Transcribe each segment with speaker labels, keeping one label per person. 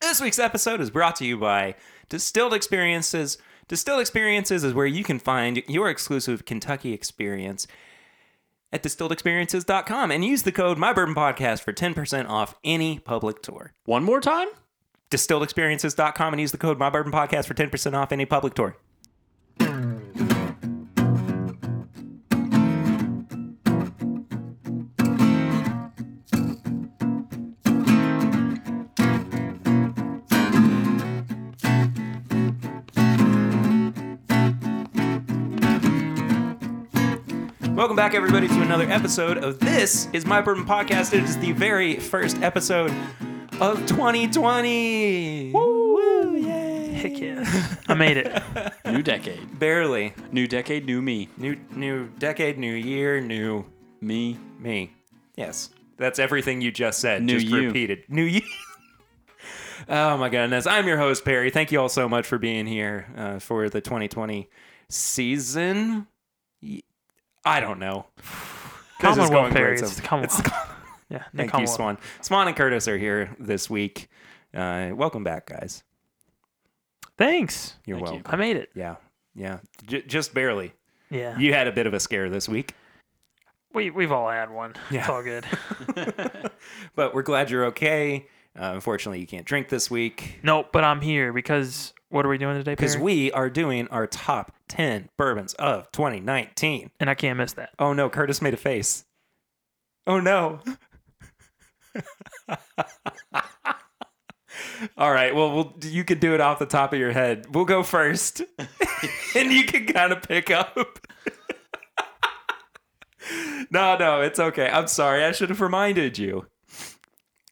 Speaker 1: This week's episode is brought to you by Distilled Experiences. Distilled Experiences is where you can find your exclusive Kentucky experience at distilledexperiences.com and use the code MyBourbonPodcast for 10% off any public tour.
Speaker 2: One more time?
Speaker 1: Distilledexperiences.com and use the code MyBourbonPodcast for 10% off any public tour. Welcome back, everybody, to another episode of This Is My Bourbon Podcast. It is the very first episode of 2020. Woo! Woo yay!
Speaker 3: Heck yeah. I made it.
Speaker 2: New decade.
Speaker 1: Barely.
Speaker 2: New decade, new me.
Speaker 1: New, new decade, new year, new
Speaker 2: Me.
Speaker 1: me. Yes, that's everything you just said.
Speaker 2: New
Speaker 1: just
Speaker 2: you.
Speaker 1: repeated. New you. oh my goodness! I'm your host Perry. Thank you all so much for being here uh, for the 2020 season. Y- I don't know. This is
Speaker 3: Commonwealth
Speaker 1: going
Speaker 3: Perry.
Speaker 1: great.
Speaker 3: It's the Commonwealth.
Speaker 1: It's-
Speaker 3: Yeah, the
Speaker 1: Thank you,
Speaker 3: Commonwealth.
Speaker 1: Swan. Swan and Curtis are here this week. Uh, welcome back, guys.
Speaker 3: Thanks.
Speaker 1: You're
Speaker 2: Thank you.
Speaker 1: welcome.
Speaker 3: I made it.
Speaker 1: Yeah, yeah, J- just barely.
Speaker 3: Yeah.
Speaker 1: You had a bit of a scare this week,
Speaker 3: We we've all had one.
Speaker 1: Yeah.
Speaker 3: It's all good.
Speaker 1: but we're glad you're okay. Uh, unfortunately, you can't drink this week.
Speaker 3: Nope, but I'm here because what are we doing today,
Speaker 1: because
Speaker 3: Perry?
Speaker 1: we are doing our top 10 bourbons of 2019.
Speaker 3: and I can't miss that.
Speaker 1: Oh no, Curtis made a face. Oh no. All right, well, we'll you can do it off the top of your head. We'll go first, and you can kind of pick up. no, no, it's okay. I'm sorry. I should have reminded you.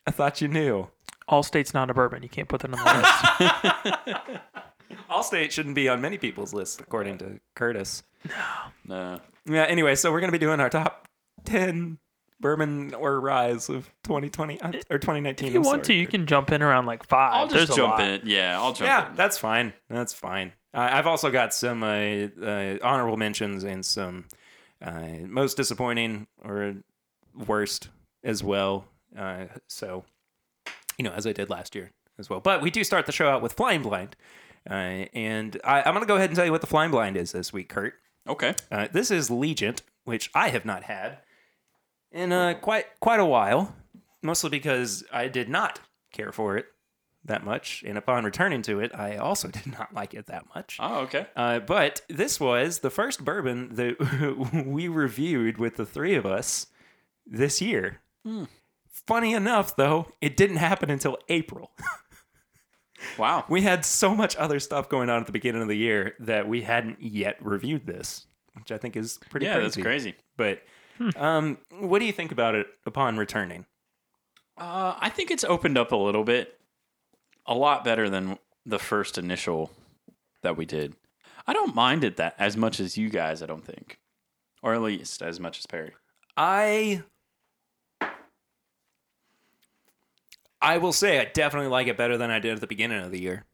Speaker 1: I thought you knew.
Speaker 3: All states not a bourbon. You can't put that on the list.
Speaker 1: Allstate shouldn't be on many people's lists, according to Curtis.
Speaker 2: No.
Speaker 1: Yeah, anyway, so we're going to be doing our top 10 bourbon or rise of 2020 uh, or 2019.
Speaker 3: if you
Speaker 1: I'm
Speaker 3: want to,
Speaker 1: sorry.
Speaker 3: you can jump in around like five.
Speaker 2: I'll just
Speaker 3: There's a
Speaker 2: jump
Speaker 3: lot.
Speaker 2: in it. Yeah, I'll jump
Speaker 1: Yeah,
Speaker 2: in.
Speaker 1: that's fine. That's fine. Uh, I've also got some uh, uh, honorable mentions and some uh, most disappointing or worst as well. Uh, so, you know, as I did last year as well. But we do start the show out with Flying Blind. Uh, and I, I'm going to go ahead and tell you what the Flying Blind is this week, Kurt.
Speaker 2: Okay.
Speaker 1: Uh, this is Legent, which I have not had in uh, quite quite a while, mostly because I did not care for it that much, and upon returning to it, I also did not like it that much.
Speaker 2: Oh, okay.
Speaker 1: Uh, but this was the first bourbon that we reviewed with the three of us this year.
Speaker 2: Hmm.
Speaker 1: Funny enough, though, it didn't happen until April.
Speaker 2: Wow.
Speaker 1: we had so much other stuff going on at the beginning of the year that we hadn't yet reviewed this, which I think is pretty
Speaker 2: Yeah,
Speaker 1: crazy.
Speaker 2: that's crazy.
Speaker 1: But um, what do you think about it upon returning?
Speaker 2: Uh, I think it's opened up a little bit, a lot better than the first initial that we did. I don't mind it that as much as you guys. I don't think, or at least as much as Perry.
Speaker 1: I I will say I definitely like it better than I did at the beginning of the year.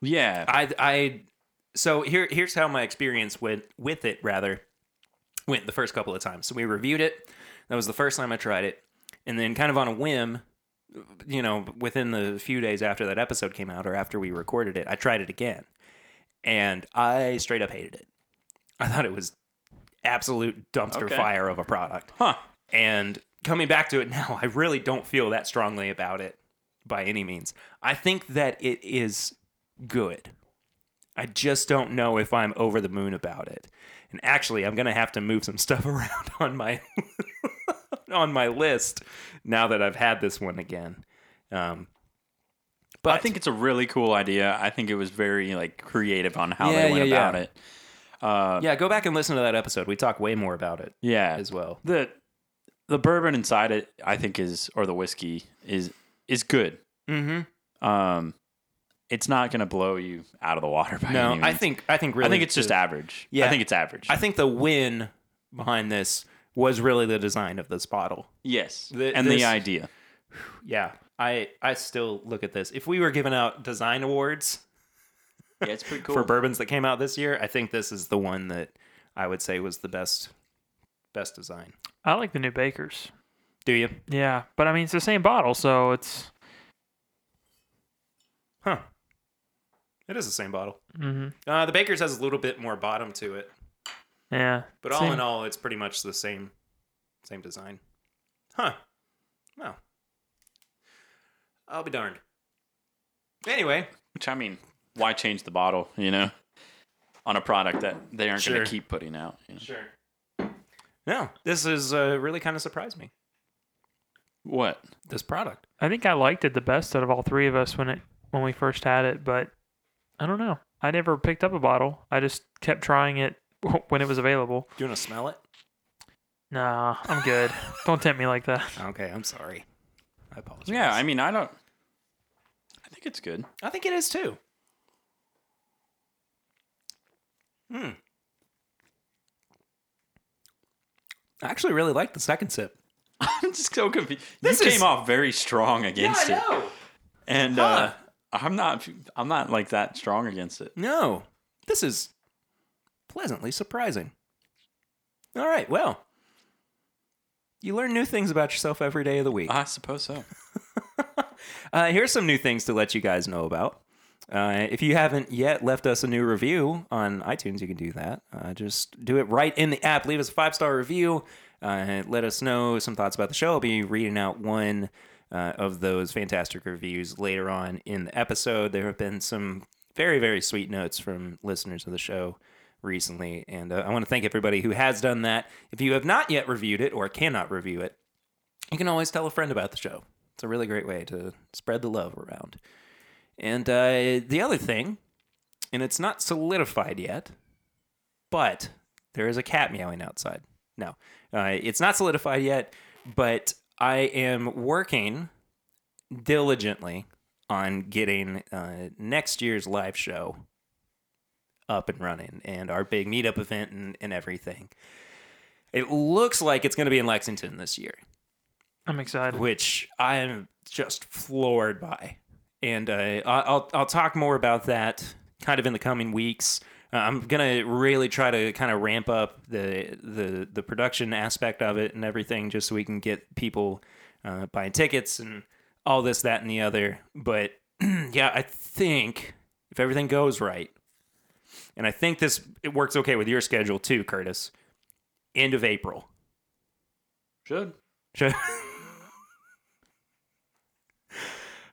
Speaker 2: Yeah.
Speaker 1: I I so here here's how my experience went with it rather went the first couple of times. So we reviewed it. That was the first time I tried it. And then kind of on a whim, you know, within the few days after that episode came out or after we recorded it, I tried it again. And I straight up hated it. I thought it was absolute dumpster
Speaker 2: Okay.
Speaker 1: fire of a product.
Speaker 2: huh.
Speaker 1: And coming back to it now, I really don't feel that strongly about it by any means. I think that it is good. I just don't know if I'm over the moon about it. And actually, I'm going to have to move some stuff around on my on my list now that I've had this one again. Um, but
Speaker 2: I think it's a really cool idea. I think it was very like creative on how
Speaker 1: Yeah,
Speaker 2: they went
Speaker 1: yeah, yeah.
Speaker 2: about it. Uh,
Speaker 1: yeah, go back and listen to that episode. We talk way more about it
Speaker 2: yeah,
Speaker 1: as well.
Speaker 2: the the bourbon inside it, I think is or the whiskey is is good.
Speaker 1: Mm-hmm.
Speaker 2: Um, it's not gonna blow you out of the water by
Speaker 1: No,
Speaker 2: any
Speaker 1: I
Speaker 2: means.
Speaker 1: think I think really
Speaker 2: I think it's just
Speaker 1: the-
Speaker 2: average.
Speaker 1: Yeah.
Speaker 2: I think it's average.
Speaker 1: I think the win behind this was really the design of this bottle.
Speaker 2: yes,
Speaker 1: Th-
Speaker 2: and
Speaker 1: this-
Speaker 2: the idea.
Speaker 1: Yeah, I I still look at this. If we were giving out design awards
Speaker 2: Yeah, it's pretty
Speaker 1: for bourbons that came out this year, I think this is the one that I would say was the best best design.
Speaker 3: I like the new Bakers.
Speaker 1: Do you?
Speaker 3: Yeah, but I mean it's the same bottle, so it's
Speaker 1: Huh. It is the same bottle.
Speaker 3: Mm-hmm.
Speaker 1: Uh, the Baker's has a little bit more bottom to it,
Speaker 3: Yeah.
Speaker 1: but all in all, it's pretty much the same, same design. Huh. Wow. I'll be darned. Anyway,
Speaker 2: Which I mean, why change the bottle? You know, on a product that they aren't
Speaker 1: Sure.
Speaker 2: going to keep putting out. you know?
Speaker 1: sure. No, this is uh, really kind of surprised me.
Speaker 2: What?
Speaker 1: This product.
Speaker 3: I think I liked it the best out of all three of us when it when we first had it, but I don't know. I never picked up a bottle. I just kept trying it when it was available.
Speaker 1: Do you want to smell it?
Speaker 3: Nah, I'm good. don't tempt me like that.
Speaker 1: Okay, I'm sorry. I apologize.
Speaker 2: Yeah, I mean, I don't. I think it's good.
Speaker 1: I think it is too. Hmm. I actually really like the second sip.
Speaker 2: I'm just so confused.
Speaker 1: This
Speaker 2: you
Speaker 1: is-
Speaker 2: came off very strong against it,
Speaker 1: know.
Speaker 2: and
Speaker 1: Huh.
Speaker 2: uh, I'm not. I'm not like that strong against it.
Speaker 1: No, this is pleasantly surprising. All right, well, you learn new things about yourself every day of the week.
Speaker 2: I suppose so.
Speaker 1: Uh, here's some new things to let you guys know about. Uh, if you haven't yet left us a new review on iTunes, you can do that. Uh, just do it right in the app. Leave us a five star review. Uh, let us know some thoughts about the show. I'll be reading out one uh, of those fantastic reviews later on in the episode. There have been some very, very sweet notes from listeners of the show recently. And uh, I want to thank everybody who has done that. If you have not yet reviewed it or cannot review it, you can always tell a friend about the show. It's a really great way to spread the love around. And uh, the other thing, and it's not solidified yet, but there is a cat meowing outside. No, uh, it's not solidified yet, but I am working diligently on getting uh, next year's live show up and running and our big meetup event and, and everything. It looks like it's going to be in Lexington this year
Speaker 3: I'm excited.
Speaker 1: which I am just floored by. And uh, I- I'll I'll talk more about that kind of in the coming weeks. Uh, I'm gonna really try to kind of ramp up the the the production aspect of it and everything, just so we can get people uh, buying tickets and all this, that, and the other. But yeah, I think if everything goes right, and I think this it works okay with your schedule too, Curtis. End of April.
Speaker 2: Should.
Speaker 1: Should-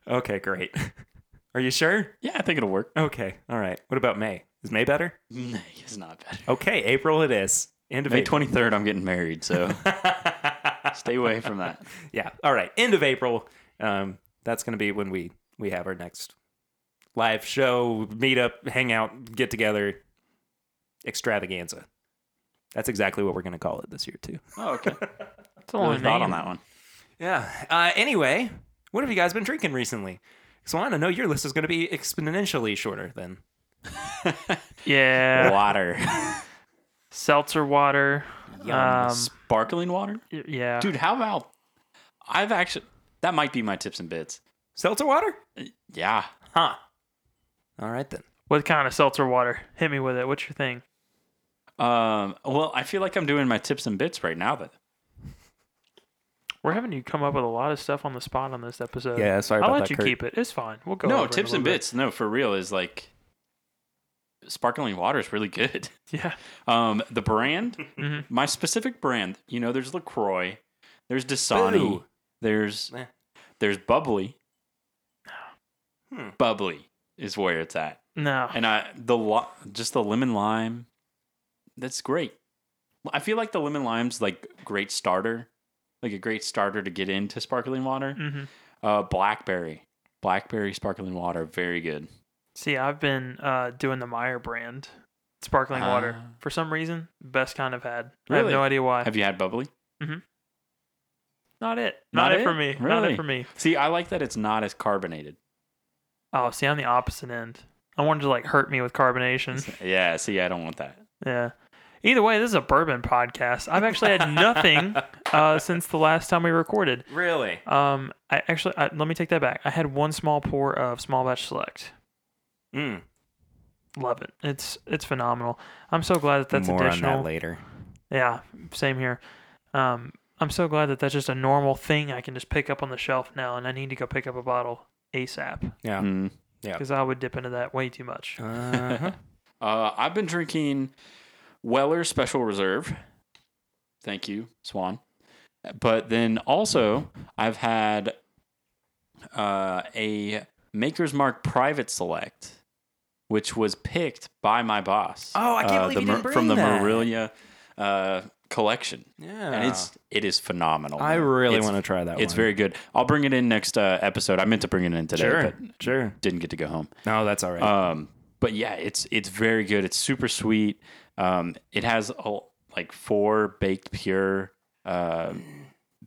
Speaker 1: okay, great. Are you sure?
Speaker 2: Yeah, I think it'll work.
Speaker 1: Okay, all right. What about May? Is May better?
Speaker 2: Nay, it's not bad.
Speaker 1: Okay, April it is. End of
Speaker 2: May
Speaker 1: April.
Speaker 2: twenty third, I'm getting married, so stay away from that.
Speaker 1: yeah, all right. End of April. Um, that's going to be when we we have our next live show, meetup, hangout, get together, extravaganza. That's exactly what we're going to call it this year too.
Speaker 2: Oh, okay.
Speaker 3: It's the
Speaker 2: Really
Speaker 3: only
Speaker 2: thought
Speaker 3: name.
Speaker 2: on that one.
Speaker 1: Yeah. Uh, anyway, what have you guys been drinking recently? So I want to know your list is going to be exponentially shorter then.
Speaker 3: Yeah.
Speaker 2: Water.
Speaker 3: Seltzer water. Um,
Speaker 2: Sparkling water?
Speaker 3: y- yeah.
Speaker 2: Dude, how about I've actually that might be my tips and bits.
Speaker 1: Seltzer water?
Speaker 2: Yeah.
Speaker 1: Huh. All right then.
Speaker 3: What kind of seltzer water? Hit me with it. What's your thing?
Speaker 2: Um well, I feel like I'm doing my tips and bits right now, but
Speaker 3: We're having you come up with a lot of stuff on the spot on this episode.
Speaker 1: Yeah, sorry
Speaker 3: I'll
Speaker 1: about
Speaker 3: let
Speaker 1: that,
Speaker 3: you
Speaker 1: Kurt.
Speaker 3: keep it. It's fine. We'll go.
Speaker 2: no,
Speaker 3: over it a
Speaker 2: tips and
Speaker 3: little bit.
Speaker 2: bits, no, for real is like sparkling water is really good.
Speaker 3: Yeah.
Speaker 2: Um the brand,
Speaker 3: Mhm.
Speaker 2: my specific brand, you know, there's LaCroix, there's Dasani,
Speaker 1: Boo.
Speaker 2: there's
Speaker 1: Eh.
Speaker 2: there's bubbly.
Speaker 1: Hmm.
Speaker 2: Bubbly is where it's at.
Speaker 3: No.
Speaker 2: and I the li- just the lemon lime. That's great. I feel like the lemon lime's like great starter, like a great starter to get into sparkling
Speaker 1: Hmm.
Speaker 2: water.
Speaker 3: Mm-hmm.
Speaker 2: Uh, blackberry, blackberry sparkling water, very good.
Speaker 3: See, I've been uh, doing the Meyer brand sparkling water
Speaker 2: Ah.
Speaker 3: for some reason. Best kind I've had. I have
Speaker 2: Really?
Speaker 3: no idea
Speaker 1: Uh.
Speaker 3: why.
Speaker 2: Have you had bubbly?
Speaker 3: Not it. Not,
Speaker 2: Not
Speaker 3: it for
Speaker 2: it?
Speaker 3: me. Not it
Speaker 2: Really?
Speaker 3: for me.
Speaker 2: See, I like that it's not as carbonated.
Speaker 3: Oh, see, I'm the opposite end. I wanted to like hurt me with carbonation.
Speaker 2: Yeah, see, I don't want that.
Speaker 3: yeah. Either way, this is a bourbon podcast. I've actually had nothing uh, since the last time we recorded.
Speaker 1: Really?
Speaker 3: Um, I actually I, let me take that back. I had one small pour of small batch select.
Speaker 1: Mm.
Speaker 3: Love it. It's it's phenomenal. I'm so glad that that's
Speaker 1: More
Speaker 3: additional.
Speaker 1: on that later.
Speaker 3: Yeah, same here. Um, I'm so glad that that's just a normal thing I can just pick up on the shelf now, and I need to go pick up a bottle ASAP.
Speaker 1: Yeah.
Speaker 2: Mm.
Speaker 1: Yeah.
Speaker 3: because I would dip into that way too much.
Speaker 1: Uh-huh.
Speaker 2: Uh, I've been drinking Weller Special Reserve. Thank you, Swan. But then also, I've had uh, a Maker's Mark Private Select, which was picked by my boss.
Speaker 1: Oh, I can't
Speaker 2: uh,
Speaker 1: believe
Speaker 2: the
Speaker 1: you didn't
Speaker 2: from the
Speaker 1: bring that.
Speaker 2: Morelia uh, collection,
Speaker 1: yeah.
Speaker 2: and it's it is phenomenal.
Speaker 1: I
Speaker 2: man.
Speaker 1: really
Speaker 2: It's-
Speaker 1: want to try that one.
Speaker 2: It's very good. I'll bring it in next uh, episode. I meant to bring it in today,
Speaker 1: sure.
Speaker 2: but
Speaker 1: Sure.
Speaker 2: didn't get to go home.
Speaker 1: No, that's all right.
Speaker 3: Uh,
Speaker 2: Um, but yeah, it's it's very good. It's super sweet. Um, it has a, like four baked pure uh,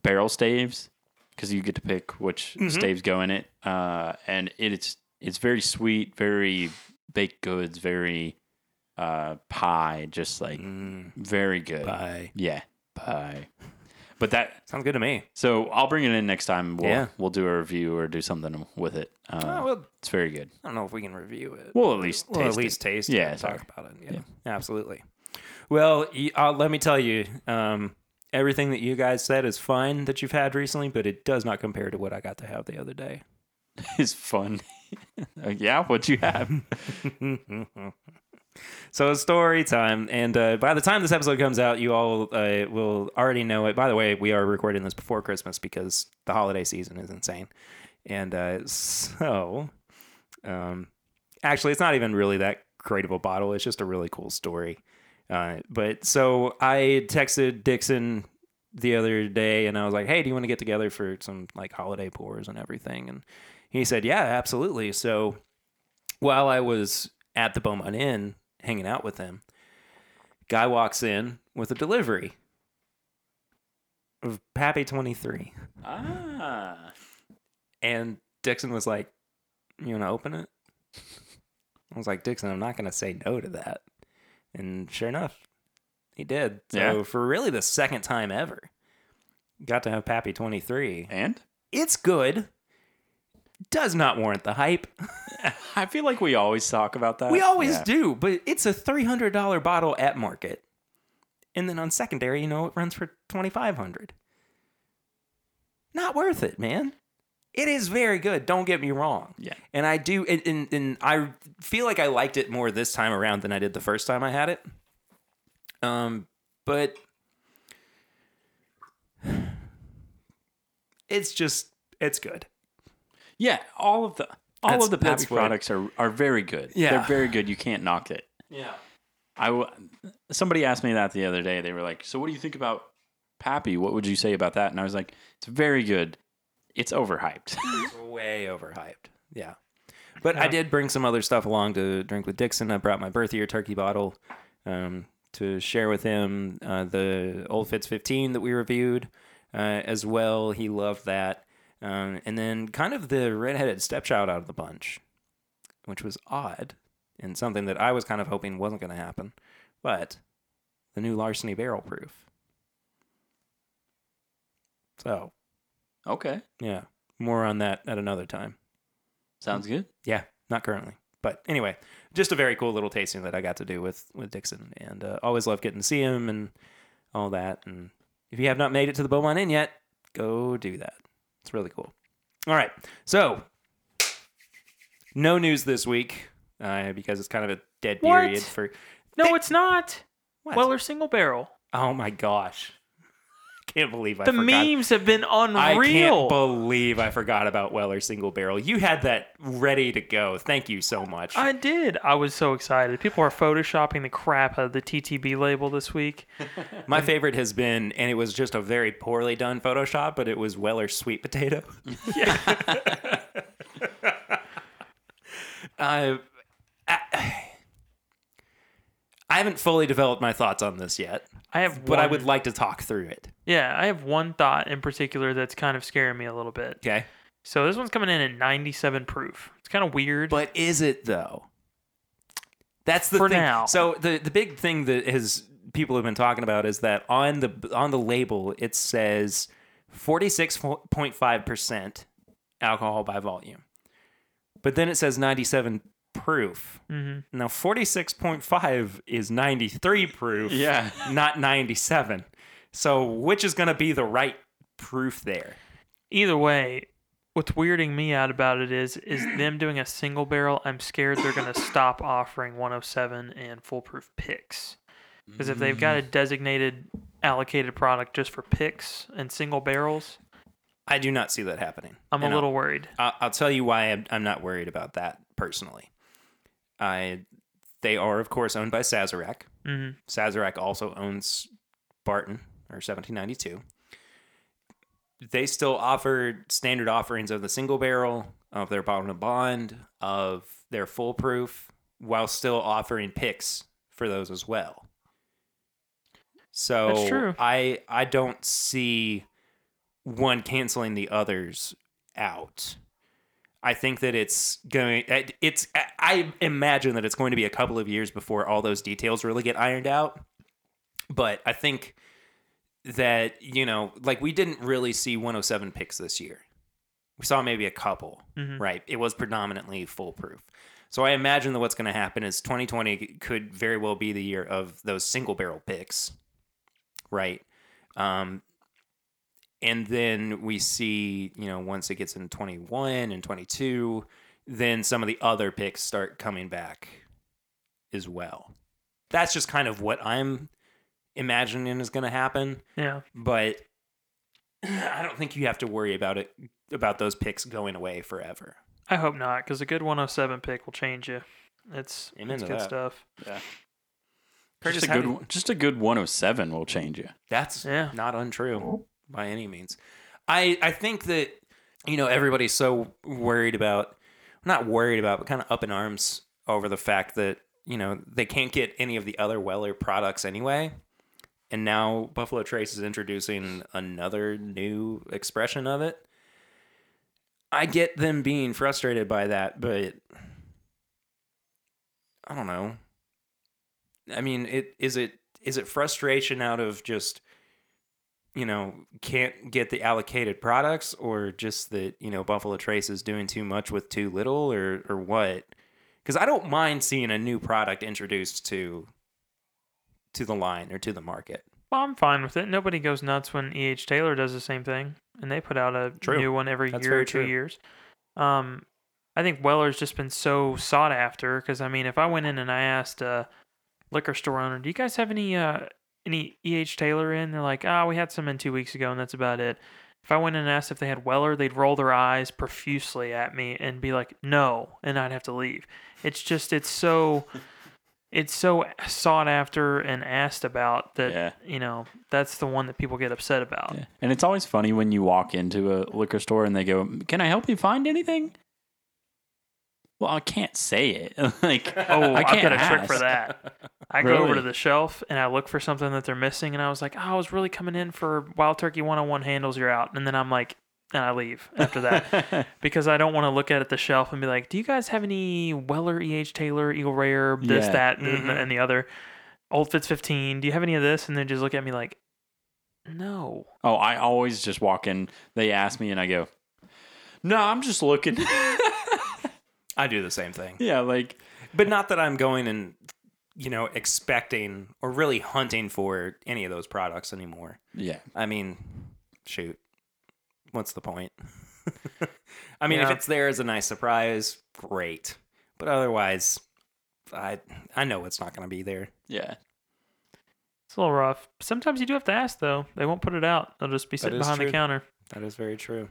Speaker 2: barrel staves because you get to pick which
Speaker 1: Mm-hmm.
Speaker 2: staves go in it, uh, and it's it's very sweet, very baked goods, very uh, pie, just like
Speaker 1: Mm,
Speaker 2: very good.
Speaker 1: bye.
Speaker 2: Yeah, pie. But that
Speaker 1: Sounds good to me.
Speaker 2: so I'll bring it in next time. We'll
Speaker 1: Yeah.
Speaker 2: we'll do a review or do something with it. Uh,
Speaker 1: Oh, well,
Speaker 2: it's very good.
Speaker 1: I don't know if we can review it.
Speaker 2: We'll at least
Speaker 1: We'll
Speaker 2: taste
Speaker 1: at least taste
Speaker 2: Yeah,
Speaker 1: it and
Speaker 2: sorry.
Speaker 1: talk about it. Yeah, absolutely. Well, y- uh, let me tell you, um, everything that you guys said is fun that you've had recently, but it does not compare to what I got to have the other day.
Speaker 2: is fun. Uh, yeah, what you have.
Speaker 1: So it's story time, and uh, by the time this episode comes out, you all uh, will already know it. By the way, we are recording this before Christmas because the holiday season is insane, and uh, so um, actually, it's not even really that great of a bottle. It's just a really cool story. Uh, but so I texted Dixon the other day, and I was like, "Hey, do you want to get together for some like holiday pours and everything?" And he said, "Yeah, absolutely." So while I was at the Beaumont Inn hanging out with him, guy walks in with a delivery of Pappy 23.
Speaker 2: Ah.
Speaker 1: And Dixon was like, You want to open it? I was like, Dixon, I'm not going to say no to that. And sure enough, he did. So,
Speaker 2: Yeah.
Speaker 1: for really the second time ever, got to have Pappy 23.
Speaker 2: And
Speaker 1: It's good. Does not warrant the hype.
Speaker 2: I feel like we always talk about that.
Speaker 1: We always
Speaker 2: Uh, Yeah.
Speaker 1: do, but it's a three hundred dollar bottle at market, and then on secondary, you know, it runs for twenty five hundred. Not worth it, man. It is very good. Don't get me wrong.
Speaker 2: Yeah.
Speaker 1: and I do, and, and, and I feel like I liked it more this time around than I did the first time I had it. Um, but it's just it's good.
Speaker 2: Yeah, all of the all
Speaker 1: That's-
Speaker 2: of the Pappy
Speaker 1: that's what-
Speaker 2: products are are very good.
Speaker 1: Yeah.
Speaker 2: They're very good. You can't knock it.
Speaker 1: Yeah.
Speaker 2: I w- somebody asked me that the other day. They were like, "So what do you think about Pappy? What would you say about that?" And I was like, "It's very good. It's overhyped."
Speaker 1: It's way overhyped. Yeah. But I did bring some other stuff along to drink with Dixon. I brought my birth year turkey bottle um, to share with him uh, the Old Fitz 15 that we reviewed uh, as well. He loved that. Um, and then kind of the redheaded stepchild out of the bunch, which was odd and something that I was kind of hoping wasn't going to happen. But the new larceny barrel proof. So,
Speaker 2: okay,
Speaker 1: yeah, more on that at another time.
Speaker 2: sounds good.
Speaker 1: Yeah, not currently. But anyway, just a very cool little tasting that I got to do with with Dixon, and uh, always love getting to see him and all that. And if you have not made it to the Beaumont Inn yet, go do that. It's really cool. All right, so no news this week uh, because it's kind of a dead
Speaker 3: What?
Speaker 1: period for.
Speaker 3: No,
Speaker 1: They-
Speaker 3: it's not.
Speaker 1: What?
Speaker 3: Weller single barrel.
Speaker 1: oh my gosh, can't believe I
Speaker 3: the
Speaker 1: forgot.
Speaker 3: memes have been
Speaker 1: I
Speaker 3: unreal.
Speaker 1: can't believe I forgot about Weller single barrel. You had that ready to go. Thank you so much.
Speaker 3: I did. I was so excited. People are photoshopping the crap out of the TTB label this week.
Speaker 1: My favorite has been, and it was just a very poorly done Photoshop, but it was Weller sweet potato. uh, I, I haven't fully developed my thoughts on this yet,
Speaker 3: I have
Speaker 1: but I
Speaker 3: one-
Speaker 1: would like to talk through it.
Speaker 3: Yeah, I have one thought in particular that's kind of scaring me a little bit.
Speaker 1: Okay.
Speaker 3: So this one's coming in at 97 proof. It's kind of weird.
Speaker 1: But is it though? That's the
Speaker 3: For
Speaker 1: thing.
Speaker 3: now.
Speaker 1: So the the big thing that has people have been talking about is that on the on the label it says 46.5% alcohol by volume. But then it says 97 proof.
Speaker 3: hmm
Speaker 1: Now 46.5 is 93 proof,
Speaker 2: Yeah,
Speaker 1: not 97. So which is going to be the right proof there?
Speaker 3: Either way, what's weirding me out about it is is them doing a single barrel. I'm scared they're gonna stop offering 107 and foolproof picks because if they've got a designated allocated product just for picks and single barrels,
Speaker 1: I do not see that happening.
Speaker 3: I'm
Speaker 1: And
Speaker 3: a
Speaker 1: I'll-
Speaker 3: little worried.
Speaker 1: I- I'll tell you why I'm, I'm not worried about that personally. I they are of course owned by Sazerac.
Speaker 3: hmm
Speaker 1: Sazerac also owns Barton or 1792. They still offer standard offerings of the single barrel, of their bottom to bond, of their foolproof, while still offering picks for those as well. So
Speaker 3: That's true.
Speaker 1: I I don't see one canceling the others out. I think that it's going. It's. I imagine that it's going to be a couple of years before all those details really get ironed out. But I think that you know, like we didn't really see 107 picks this year. We saw maybe a couple,
Speaker 3: Mhm.
Speaker 1: right? It was predominantly foolproof. So I imagine that what's going to happen is 2020 could very well be the year of those single barrel picks, right? Um, and then we see you know once it gets in 21 and 22 then some of the other picks start coming back as well that's just kind of what i'm imagining is going to happen
Speaker 3: Yeah.
Speaker 1: but i don't think you have to worry about it about those picks going away forever
Speaker 3: I hope not, because a good 107 pick will change you. It's
Speaker 1: Amen
Speaker 3: it's
Speaker 1: to
Speaker 3: good
Speaker 1: that.
Speaker 3: stuff.
Speaker 1: Curtis,
Speaker 2: Just a
Speaker 1: how
Speaker 2: good,
Speaker 1: do you-
Speaker 2: one- just a good 107 will change you.
Speaker 1: That's
Speaker 3: Yeah.
Speaker 1: not untrue by any means. I I think that you know everybody's so worried about not worried about but kind of up in arms over the fact that you know they can't get any of the other Weller products anyway. And now Buffalo Trace is introducing another new expression of it. I get them being frustrated by that, but I don't know. I mean, it is it is it frustration out of just you know can't get the allocated products, or just that you know Buffalo Trace is doing too much with too little, or or what? Because I don't mind seeing a new product introduced to to the line or to the market.
Speaker 3: Well, I'm fine with it. Nobody goes nuts when E.H. Taylor does the same thing, and they put out a
Speaker 1: True.
Speaker 3: new one every
Speaker 1: That's
Speaker 3: year
Speaker 1: very
Speaker 3: or two
Speaker 1: true.
Speaker 3: years. Um, I think Weller's just been so sought after because I mean, if I went in and I asked a liquor store owner, "Do you guys have any uh any E.H. Taylor in?" They're like, "Ah, we had some in two weeks ago, and that's about it." If I went in and asked if they had Weller, they'd roll their eyes profusely at me and be like, "No," and I'd have to leave. It's just it's so. It's so sought after and asked about that
Speaker 2: Yeah.
Speaker 3: you know, that's the one that people get upset about.
Speaker 2: Yeah. And it's always funny when you walk into a liquor store and they go, "Can I help you find anything?" Well, I can't say it. like,
Speaker 3: Oh,
Speaker 2: I
Speaker 3: I have
Speaker 2: can't
Speaker 3: got a trick for
Speaker 2: ask.
Speaker 3: that. I go over to
Speaker 2: Really?
Speaker 3: the shelf and I look for something that they're missing, and I was like, oh, I was really coming in for Wild Turkey 101 handles, you're out. And then I'm like, and I leave after that because I don't want to look at it the shelf and be like, do you guys have any Weller, E.H. Taylor, Eagle Rare, this,
Speaker 2: Yeah.
Speaker 3: that,
Speaker 2: Mm-hmm.
Speaker 3: and,
Speaker 1: Mhm.
Speaker 3: and the other? Old Fitz 15, do you have any of this? And they just look at me like, no.
Speaker 2: oh, I always just walk in. They ask me, and I go, "No, I'm just looking."
Speaker 1: I do the same thing,
Speaker 2: yeah, like
Speaker 1: but not that I'm going and you know expecting or really hunting for any of those products anymore.
Speaker 2: yeah.
Speaker 1: I mean, shoot. What's the point? I mean, if
Speaker 3: Yeah.
Speaker 1: it's there as a nice surprise, great. But otherwise, I I know it's not going to be there.
Speaker 2: Yeah.
Speaker 3: It's a little rough. Sometimes you do have to ask, though. They won't put it out, they'll just be sitting
Speaker 1: is
Speaker 3: behind
Speaker 1: true.
Speaker 3: the counter.
Speaker 1: That is very true.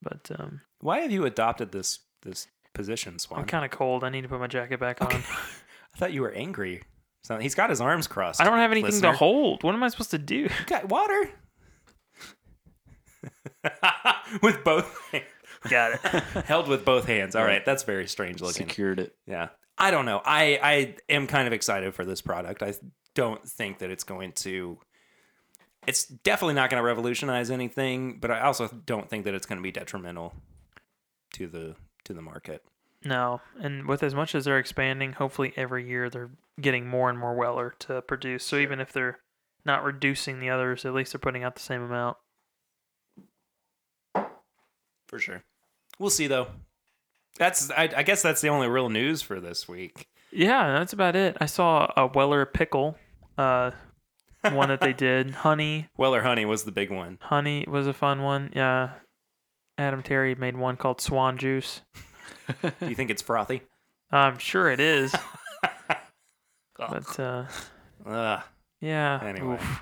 Speaker 3: But um,
Speaker 1: Why have you adopted this this position, Swan?
Speaker 3: I'm kind of cold. I need to put my jacket back on.
Speaker 1: I thought you were angry. So he's got his arms crossed.
Speaker 3: I don't have anything
Speaker 1: Listener.
Speaker 3: to hold. What am I supposed to do?
Speaker 1: You got water. with both
Speaker 3: Got it.
Speaker 1: held with both hands. All
Speaker 2: Yeah.
Speaker 1: right, that's very strange looking.
Speaker 2: Secured it.
Speaker 1: Yeah. I don't know. I I am kind of excited for this product. I don't think that it's going to it's definitely not going to revolutionize anything, but I also don't think that it's going to be detrimental to the to the market.
Speaker 3: No, and with as much as they're expanding, hopefully every year they're getting more and more Weller to produce. So even if they're not reducing the others, at least they're putting out the same amount.
Speaker 1: For sure. We'll see though. That's I, I guess that's the only real news for this week.
Speaker 3: Yeah, that's about it. I saw a Weller pickle, uh, one that they did. Honey,
Speaker 1: Weller honey was the big one.
Speaker 3: honey was a fun one. Yeah, Adam Terry made one called Swan Juice.
Speaker 1: Do you think it's frothy?
Speaker 3: I'm sure it is. but uh,
Speaker 1: Ugh.
Speaker 3: yeah.
Speaker 1: Anyway.
Speaker 3: oof.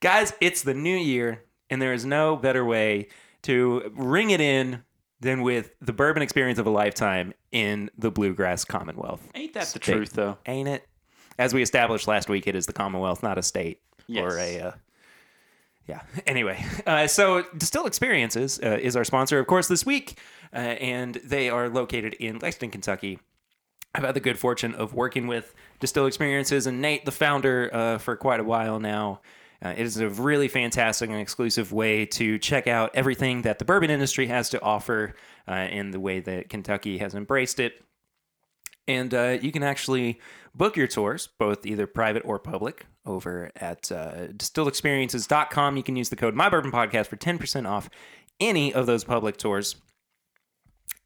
Speaker 1: Guys, it's the new year, and there is no better way to ring it in than with the bourbon experience of a lifetime in the Bluegrass Commonwealth.
Speaker 2: Ain't that the
Speaker 1: Spit.
Speaker 2: truth, though?
Speaker 1: Ain't it? As we established last week, it is the Commonwealth, not a state or a.
Speaker 2: Yes.
Speaker 1: Uh, yeah. Anyway, uh, so Distilled Experiences uh, is our sponsor, of course, this week, uh, and they are located in Lexington, Kentucky. I've had the good fortune of working with Distill Experiences and Nate, the founder, uh, for quite a while now. Uh, it is a really fantastic and exclusive way to check out everything that the bourbon industry has to offer uh, and the way that Kentucky has embraced it. And uh, you can actually book your tours, both either private or public, over at uh, distilledexperiences.com. You can use the code MyBourbonPodcast for 10% off any of those public tours.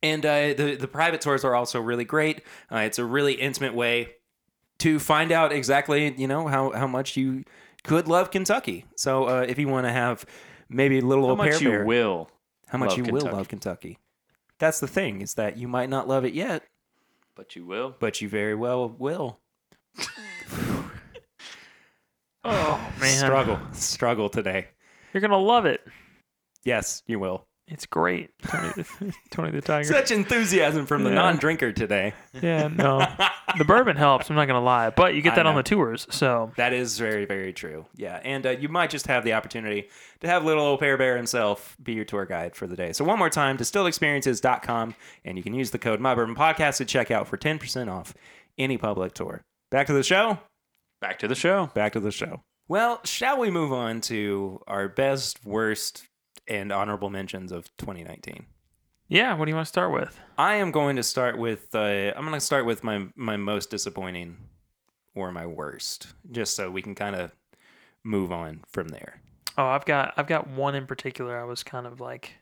Speaker 1: And uh, the the private tours are also really great. Uh, it's a really intimate way to find out exactly you know how how much you could love Kentucky. So uh, if you want to have maybe a little
Speaker 2: How
Speaker 1: au pair
Speaker 2: much you
Speaker 1: beer-
Speaker 2: will?
Speaker 1: how much
Speaker 2: love
Speaker 1: you will
Speaker 2: Kentucky.
Speaker 1: love Kentucky. That's the thing is that you might not love it yet,
Speaker 2: But you will.
Speaker 1: but you very well will.
Speaker 3: Oh man,
Speaker 1: Struggle, struggle today.
Speaker 3: You're gonna love it.
Speaker 1: Yes, you will.
Speaker 3: It's great. Tony the, Tony the Tiger.
Speaker 1: Such enthusiasm from the
Speaker 3: Yeah.
Speaker 1: non-drinker today.
Speaker 3: Yeah, no. The bourbon helps, I'm not going to lie. But you get
Speaker 1: I
Speaker 3: that on
Speaker 1: know.
Speaker 3: the tours. So,
Speaker 1: That is very, very true. Yeah, and uh, you might just have the opportunity to have little old Pear Bear himself be your tour guide for the day. So one more time, distilledexperiences.com, and you can use the code MyBourbonPodcast to check out for 10% off any public tour. Back to the show.
Speaker 2: Back to the show.
Speaker 1: Back to the show. Well, shall we move on to our best, worst, and honorable mentions of 2019?
Speaker 3: yeah, what do you want to start with?
Speaker 1: I am going to start with uh, I'm going to start with my my most disappointing or my worst, just so we can kind of move on from there.
Speaker 3: Oh, I've got I've got one in particular I was kind of like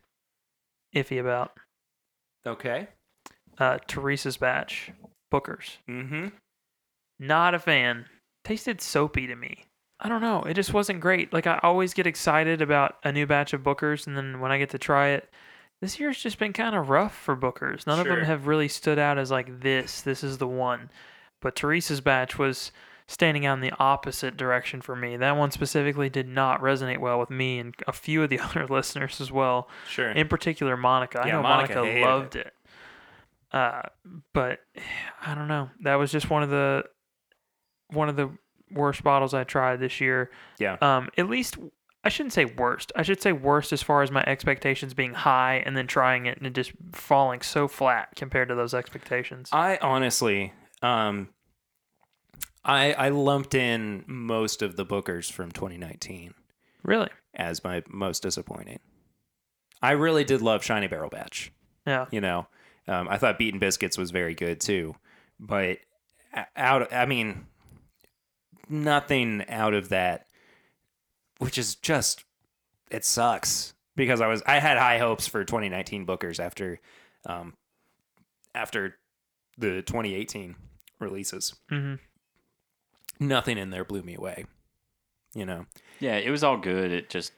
Speaker 3: iffy about.
Speaker 1: Okay.
Speaker 3: Uh Teresa's batch, Booker's.
Speaker 1: Mm-hmm.
Speaker 3: Not a fan. Tasted soapy to me. I don't know. It just wasn't great. Like I always get excited about a new batch of Booker's and then when I get to try it, this year's just been kind of rough for Booker's. None of
Speaker 1: Sure.
Speaker 3: them have really stood out as like this, this is the one. But Teresa's batch was standing out in the opposite direction for me. That one specifically did not resonate well with me and a few of the other listeners as well.
Speaker 1: Sure.
Speaker 3: In particular, Monica. I
Speaker 1: Yeah,
Speaker 3: know
Speaker 1: Monica
Speaker 3: Monica,
Speaker 1: hated
Speaker 3: loved it. Uh, but I don't know. That was just one of the one of the worst bottles I tried this year.
Speaker 1: Yeah.
Speaker 3: Um, at least I shouldn't say worst. I should say worst as far as my expectations being high and then trying it and it just falling so flat compared to those expectations.
Speaker 1: I honestly, um, I I lumped in most of the bookers from 2019
Speaker 3: really?
Speaker 1: as my most disappointing. I really did love Shiny Barrel Batch.
Speaker 3: Yeah.
Speaker 1: you know um, i thought beaten biscuits was very good too but o- out i mean nothing out of that which is just it sucks because i was i had high hopes for 2019 bookers after um after the 2018 releases
Speaker 3: hmm
Speaker 1: nothing in there blew me away you know
Speaker 2: Yeah, it was all good. It just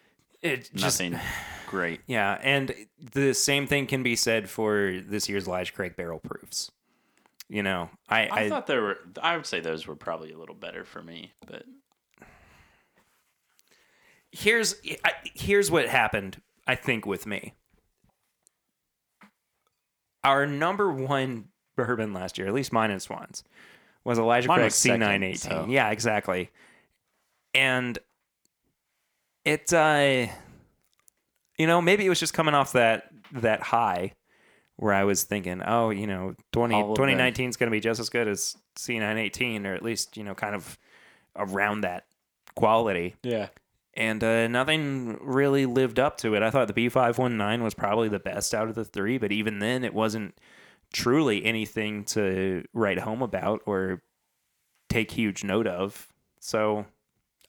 Speaker 1: it just
Speaker 2: nothing great.
Speaker 1: yeah and the same thing can be said for this year's lige craig barrel proofs you know i
Speaker 2: I, thought there were. I would say those were probably a little better for me, but
Speaker 1: here's I, here's what happened i think with me our number one bourbon last year at least mine and swans was elijah
Speaker 2: Mine
Speaker 1: craig
Speaker 2: was second,
Speaker 1: c918
Speaker 2: so-
Speaker 1: yeah exactly and it uh you know maybe it was just coming off that that high where i was thinking oh you know 20,
Speaker 2: All of them.
Speaker 1: 2019 is going to be just as good as c918 or at least you know kind of around that quality
Speaker 2: yeah,
Speaker 1: and uh, nothing really lived up to it. I thought the B519 was probably the best out of the three, but even then, it wasn't truly anything to write home about or take huge note of. So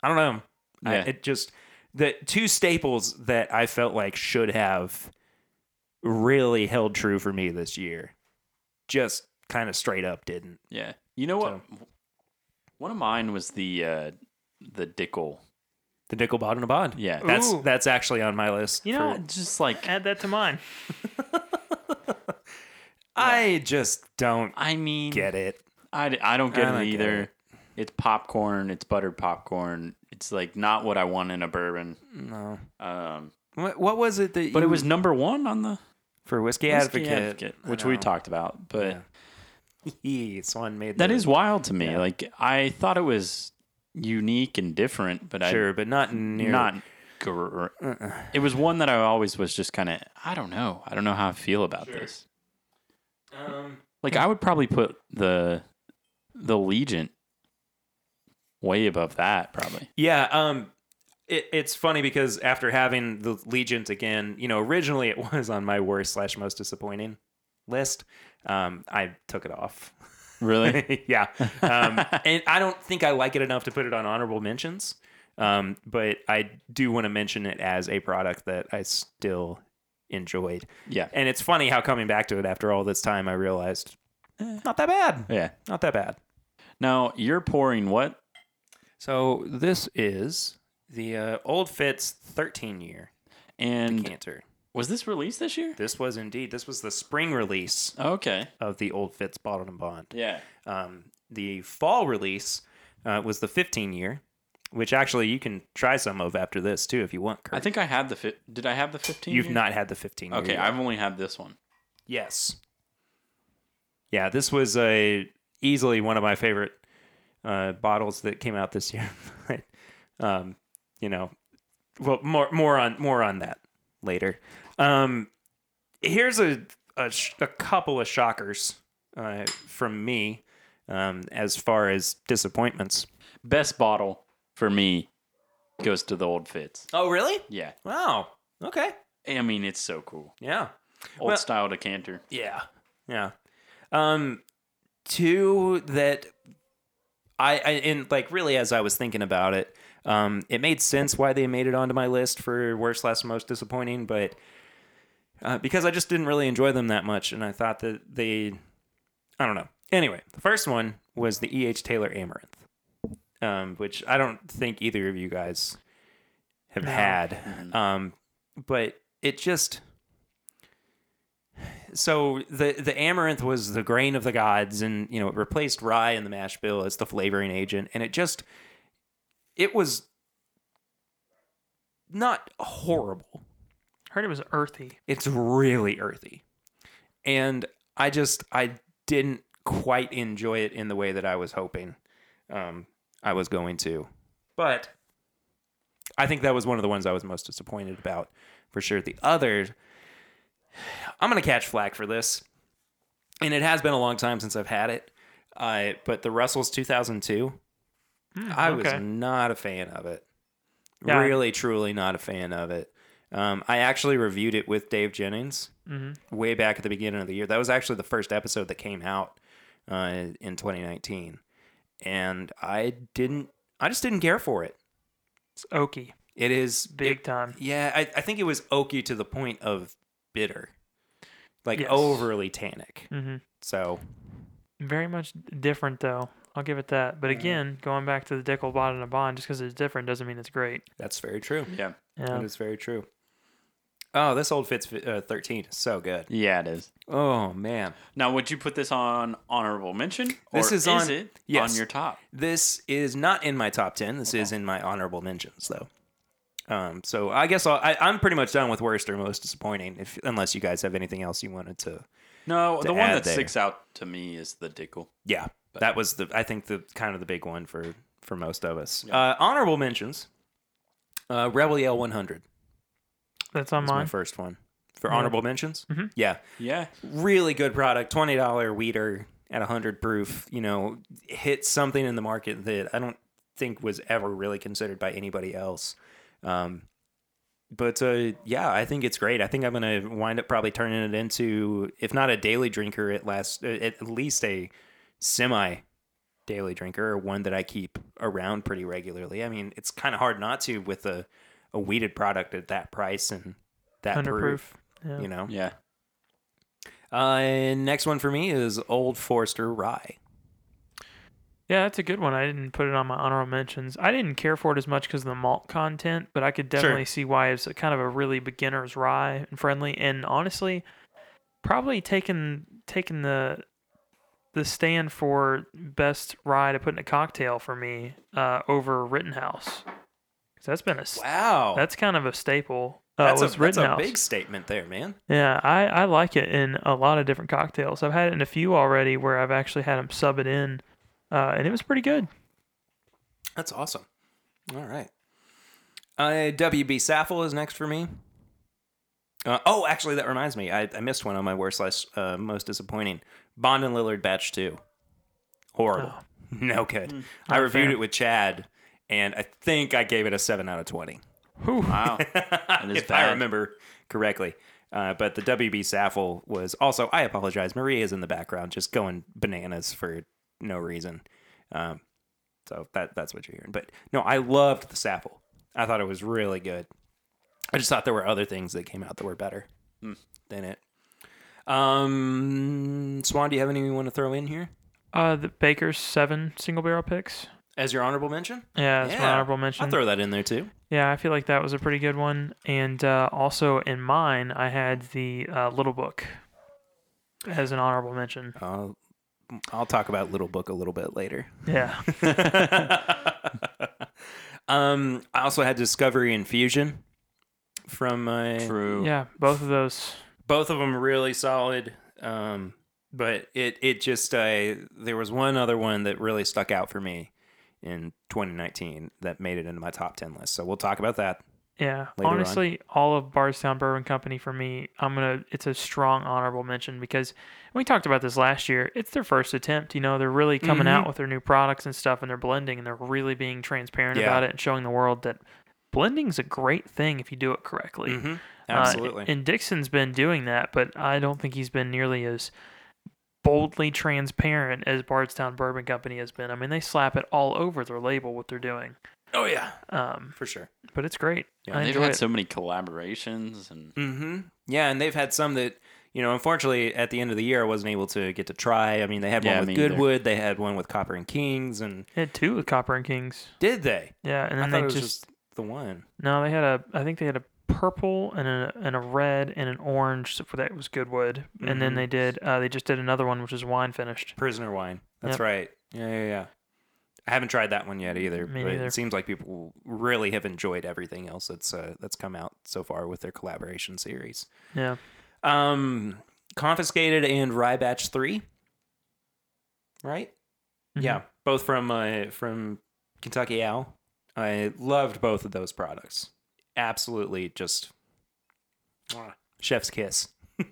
Speaker 1: I don't know. I-
Speaker 2: Yeah.
Speaker 1: it just the two staples that I felt like should have really held true for me this year just kind of straight up didn't.
Speaker 2: yeah. You know what? One of mine was the uh, the Dickel
Speaker 1: The nickel bod and a bod.
Speaker 2: Yeah.
Speaker 1: That's
Speaker 3: Ooh.
Speaker 1: that's actually on my list.
Speaker 3: You
Speaker 1: for-
Speaker 3: know,
Speaker 2: Just like
Speaker 3: add that to mine.
Speaker 1: I just don't
Speaker 2: I mean,
Speaker 1: get it.
Speaker 2: I, I don't get
Speaker 1: I don't
Speaker 2: it
Speaker 1: get
Speaker 2: either.
Speaker 1: it.
Speaker 2: It's popcorn. It's buttered popcorn. It's like not what I want in a bourbon.
Speaker 1: No.
Speaker 2: Um,
Speaker 1: What, what was it that?
Speaker 2: but
Speaker 1: you-
Speaker 2: it was number one on the
Speaker 1: for whiskey,
Speaker 2: Whiskey
Speaker 1: Mm. advocate, Oh.
Speaker 2: Advocate,
Speaker 1: I
Speaker 2: which we
Speaker 1: know.
Speaker 2: talked about. But
Speaker 1: Yeah. Hee, Swan made
Speaker 2: that
Speaker 1: the-
Speaker 2: is wild to me.
Speaker 1: Yeah.
Speaker 2: Like I thought it was unique and different, but
Speaker 1: sure, Uh-uh. but not
Speaker 2: I
Speaker 1: near
Speaker 2: not. gr- It was one that I always was just kind of. I don't know. I don't know how I feel about
Speaker 1: Sure.
Speaker 2: this.
Speaker 1: Um,
Speaker 2: Like I would probably put the the Legion way above that probably.
Speaker 1: Yeah, um it, it's funny because after having the Legions again, you know, originally it was on my worst slash most disappointing list. Um, I took it off.
Speaker 2: Really?
Speaker 1: yeah. Um, and I don't think I like it enough to put it on honorable mentions. Um, but I do want to mention it as a product that I still enjoyed.
Speaker 2: yeah.
Speaker 1: And it's funny how coming back to it after all this time, I realized eh, not that bad.
Speaker 2: Yeah.
Speaker 1: Not that bad.
Speaker 2: Now you're pouring what?
Speaker 1: So this is the uh, Old Fitz 13 year
Speaker 2: And
Speaker 1: decanter.
Speaker 2: was this released this year?
Speaker 1: This was indeed this was the spring release
Speaker 2: Okay.
Speaker 1: of the Old Fitz Bottled and Bond.
Speaker 2: Yeah.
Speaker 1: Um, the fall release uh, was the 15 year, which actually you can try some of after this too if you want. Kurt.
Speaker 2: I think I had the fi- did I have the 15?
Speaker 1: you've
Speaker 2: year?
Speaker 1: not had the 15.
Speaker 2: Okay,
Speaker 1: year yet.
Speaker 2: I've only had this one.
Speaker 1: yes, yeah. This was a easily one of my favorite uh, bottles that came out this year. um, you know, well, more more on more on that later. Um, here's a a, sh- a couple of shockers uh, from me um, as far as disappointments.
Speaker 2: Best bottle for me goes to the old fits.
Speaker 1: Oh, really?
Speaker 2: Yeah.
Speaker 1: Wow. Okay.
Speaker 2: I mean, it's so cool.
Speaker 1: Yeah.
Speaker 2: Old
Speaker 1: Well-
Speaker 2: style decanter.
Speaker 1: Yeah. Yeah. Um two that I, I and like really as I was thinking about it, um it made sense why they made it onto my list for worst last most disappointing, but uh, because I just didn't really enjoy them that much and I thought that they I don't know. Anyway, the first one was the EH Taylor Amaranth. Um which I don't think either of you guys have
Speaker 3: No.
Speaker 1: had. Um but it just so the the amaranth was the grain of the gods and you know it replaced rye in the mash bill as the flavoring agent and it just it was not horrible
Speaker 3: Heard it was earthy.
Speaker 1: it's really earthy and i just i didn't quite enjoy it in the way that i was hoping um, i was going to but i think that was one of the ones i was most disappointed about for sure the other i'm going to catch flack for this and it has been a long time since i've had it uh, but the russell's 2002 I
Speaker 3: okay.
Speaker 1: was not a fan of it.
Speaker 3: Yeah.
Speaker 1: Really, truly not a fan of it. Um, I actually reviewed it with Dave Jennings
Speaker 3: Mhm.
Speaker 1: way back at the beginning of the year. That was actually the first episode that came out uh, in 2019, and I didn't. I just didn't care for it.
Speaker 3: It's oaky,
Speaker 1: It is
Speaker 3: big
Speaker 1: it-
Speaker 3: time.
Speaker 1: yeah, I, I think it was oaky to the point of bitter, like
Speaker 3: Yes.
Speaker 1: overly tannic.
Speaker 3: hmm
Speaker 1: So
Speaker 3: Very much different though. I'll give it that. But again, going back to the Dickel Bot and a Bond, just because it's different doesn't mean it's great.
Speaker 1: that's very true.
Speaker 2: Yeah.
Speaker 3: Yeah.
Speaker 1: That is very true. Oh, this old Fitz uh, 13 is so good.
Speaker 2: Yeah, it is.
Speaker 1: Oh man,
Speaker 2: Now, would you put this on honorable mention?
Speaker 1: This
Speaker 2: or
Speaker 1: is on-
Speaker 2: it
Speaker 1: yes.
Speaker 2: on your top?
Speaker 1: this is not in my top ten. This is in my honorable mentions, though. Um, so I guess I'll, I, I'm pretty much done with worst or most disappointing, if unless you guys have anything else you wanted to.
Speaker 2: No,
Speaker 1: To
Speaker 2: the one
Speaker 1: add
Speaker 2: that
Speaker 1: there.
Speaker 2: sticks out to me is the Dickel.
Speaker 1: Yeah, that was the I think the kind of the big one for for most of us. Uh, honorable mentions: uh, Rebel Yell 100
Speaker 3: That's on
Speaker 1: is my
Speaker 3: mine.
Speaker 1: first one for honorable mentions. Yeah,
Speaker 2: Yeah.
Speaker 1: really good product, twenty dollar weeder at hundred proof. You know, hit something in the market that I don't think was ever really considered by anybody else. Um, but uh, yeah, I think it's great. I think I'm gonna wind up probably turning it into, if not a daily drinker, at last, uh, at least a semi daily drinker or one that I keep around pretty regularly. I mean, it's kind of hard not to with a a weeded product at that price and that
Speaker 3: Under
Speaker 1: proof,
Speaker 3: proof. Yeah.
Speaker 1: you know.
Speaker 2: Yeah.
Speaker 1: Uh, next one for me is Old Forester Rye.
Speaker 3: Yeah, that's a good one. I didn't put it on my honorable mentions. I didn't care for it as much because of the malt content, but I could definitely see why it's a kind of a really beginner's rye and friendly. And honestly, probably taking taking the the stand for best rye to put in a cocktail for me uh, over Rittenhouse. 'Cause that's been a s-
Speaker 1: Wow.
Speaker 3: that's kind of a staple. Uh,
Speaker 1: that's, a,
Speaker 3: was
Speaker 1: that's a
Speaker 3: Rittenhouse.
Speaker 1: big statement there, man.
Speaker 3: Yeah, I, I like it in a lot of different cocktails. I've had it in a few already where I've actually had them sub it in, uh, and it was pretty good.
Speaker 1: That's awesome. All right. Uh, WB Saffel is next for me. Uh, oh, actually, that reminds me. I, I missed one on my worst slash uh, most disappointing. Bond and Lillard batch two. Horrible. No good. I
Speaker 3: Oh. Not a
Speaker 1: reviewed
Speaker 3: fan.
Speaker 1: it with Chad, and I think I gave it a seven out of twenty.
Speaker 3: Whew.
Speaker 2: Wow. is
Speaker 1: if I
Speaker 2: bad.
Speaker 1: remember correctly. Uh, but the WB Saffel was also. I apologize. Maria is in the background, just going bananas for no reason. Um, so that that's what you're hearing. But no, I loved the Saffel. I thought it was really good. I just thought there were other things that came out that were better than it. Um, Swan, do you have any you want to throw in here
Speaker 3: Uh, the Baker's seven single barrel picks.
Speaker 1: as your honorable mention?
Speaker 3: Yeah, that's my honorable mention.
Speaker 1: I'll throw that in there too.
Speaker 3: yeah, I feel like that was a pretty good one. And uh, also in mine, I had the uh, Little Book as an honorable mention.
Speaker 1: I'll, I'll talk about Little Book a little bit later.
Speaker 3: Yeah.
Speaker 1: Um, I also had Discovery and Fusion from my
Speaker 2: True.
Speaker 3: yeah, both of those.
Speaker 1: both of them really solid. Um, but it it just uh, there was one other one that really stuck out for me in 2019 that made it into my top 10 list. So we'll talk about that.
Speaker 3: Yeah.
Speaker 1: Later on.
Speaker 3: Honestly, all of Bardstown Bourbon Company for me, I'm gonna it's a strong honorable mention because we talked about this last year. It's their first attempt, you know, they're really
Speaker 1: Mm-hmm.
Speaker 3: coming out with their new products and stuff and they're blending and they're really being transparent
Speaker 1: Yeah.
Speaker 3: about it and showing the world that blending's a great thing if you do it correctly.
Speaker 2: Mm-hmm.
Speaker 3: Uh,
Speaker 1: Mm-hmm. Absolutely.
Speaker 3: and Dixon's been doing that, but I don't think he's been nearly as boldly transparent as Bardstown Bourbon Company has been. I mean, they slap it all over their label what they're doing.
Speaker 1: oh yeah,
Speaker 3: Um,
Speaker 1: for sure.
Speaker 3: but it's great.
Speaker 1: Yeah,
Speaker 3: I
Speaker 2: They've
Speaker 3: enjoy
Speaker 2: had
Speaker 3: it.
Speaker 2: so many collaborations and
Speaker 1: Mm-hmm. Yeah, and they've had some that you know, unfortunately, at the end of the year, I wasn't able to get to try. I mean, they had
Speaker 2: Yeah,
Speaker 1: one
Speaker 2: me
Speaker 1: with
Speaker 2: either.
Speaker 1: Goodwood, they had one with Copper and Kings, and
Speaker 3: They had two with Copper and Kings.
Speaker 1: did they?
Speaker 3: Yeah, and
Speaker 1: I
Speaker 3: then
Speaker 1: thought it
Speaker 3: they
Speaker 1: was
Speaker 3: just,
Speaker 1: just the one.
Speaker 3: no, they had a I think they had a purple and a and a red and an orange for that was Goodwood, and
Speaker 1: Mhm.
Speaker 3: then they did uh, they just did another one which is wine finished.
Speaker 1: Prisoner Wine. That's
Speaker 3: Yep.
Speaker 1: right. Yeah, yeah, yeah. I haven't tried that one yet either.
Speaker 3: Me
Speaker 1: but
Speaker 3: neither.
Speaker 1: It seems like people really have enjoyed everything else that's uh, that's come out so far with their collaboration series.
Speaker 3: Yeah,
Speaker 1: Um, Confiscated and Rye Batch Three, right? Yeah, both from uh, from Kentucky Owl. I loved both of those products. Absolutely, just mwah, chef's kiss.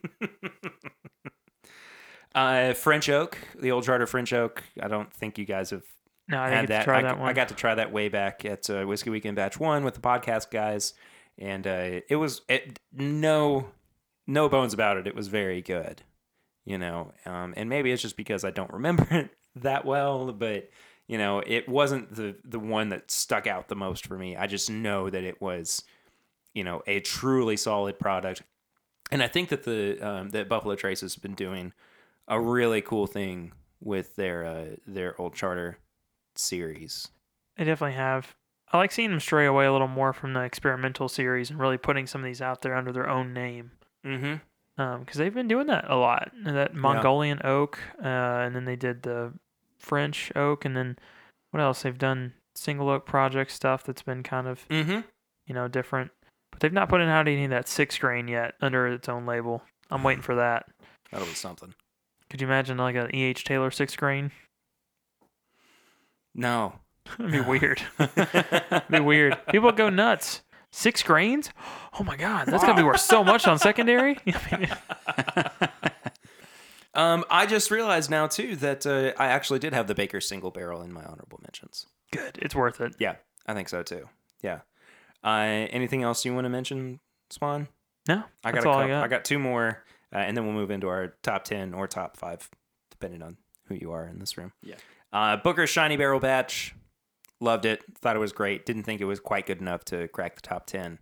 Speaker 1: uh, French oak, the old charter French oak. I don't think you guys have
Speaker 3: no, I
Speaker 1: had
Speaker 3: didn't get
Speaker 1: that.
Speaker 3: to try
Speaker 1: I,
Speaker 3: that one.
Speaker 1: I got to try that way back at uh, Whiskey Weekend Batch One with the podcast guys, and uh, it was it, no no bones about it. It was very good, you know. Um, and maybe it's just because I don't remember it that well, but you know, it wasn't the the one that stuck out the most for me. I just know that it was, you know, a truly solid product, and I think that the um, that Buffalo Trace has been doing a really cool thing with their uh, their old charter series.
Speaker 3: I definitely have. I like seeing them stray away a little more from the experimental series and really putting some of these out there under their own name.
Speaker 1: Mm-hmm.
Speaker 3: because they've been doing that a lot. and That Mongolian oak, uh, and then they did the French oak, and then what else? They've done single oak project stuff that's been kind of
Speaker 1: Mm-hmm.
Speaker 3: you know different, but they've not put in out any of that six grain yet under its own label. I'm waiting for that.
Speaker 1: That'll be something.
Speaker 3: Could you imagine like an E. H. Taylor six grain?
Speaker 1: No.
Speaker 3: That'd be weird. That'd be weird. People would go nuts. Six grains? Oh my God, that's gonna be worth so much on secondary.
Speaker 1: Um, I just realized now too that uh, I actually did have the Baker single barrel in my honorable mentions.
Speaker 3: Good, it's worth it.
Speaker 1: Yeah, I think so too. Yeah. Uh, anything else you want to mention, Swan?
Speaker 3: No,
Speaker 1: I got
Speaker 3: that's
Speaker 1: a
Speaker 3: all
Speaker 1: cou-
Speaker 3: I got.
Speaker 1: two more, uh, and then we'll move into our top ten or top five, depending on who you are in this room.
Speaker 2: Yeah.
Speaker 1: Uh, Booker's shiny barrel batch, loved it. Thought it was great. Didn't think it was quite good enough to crack the top ten.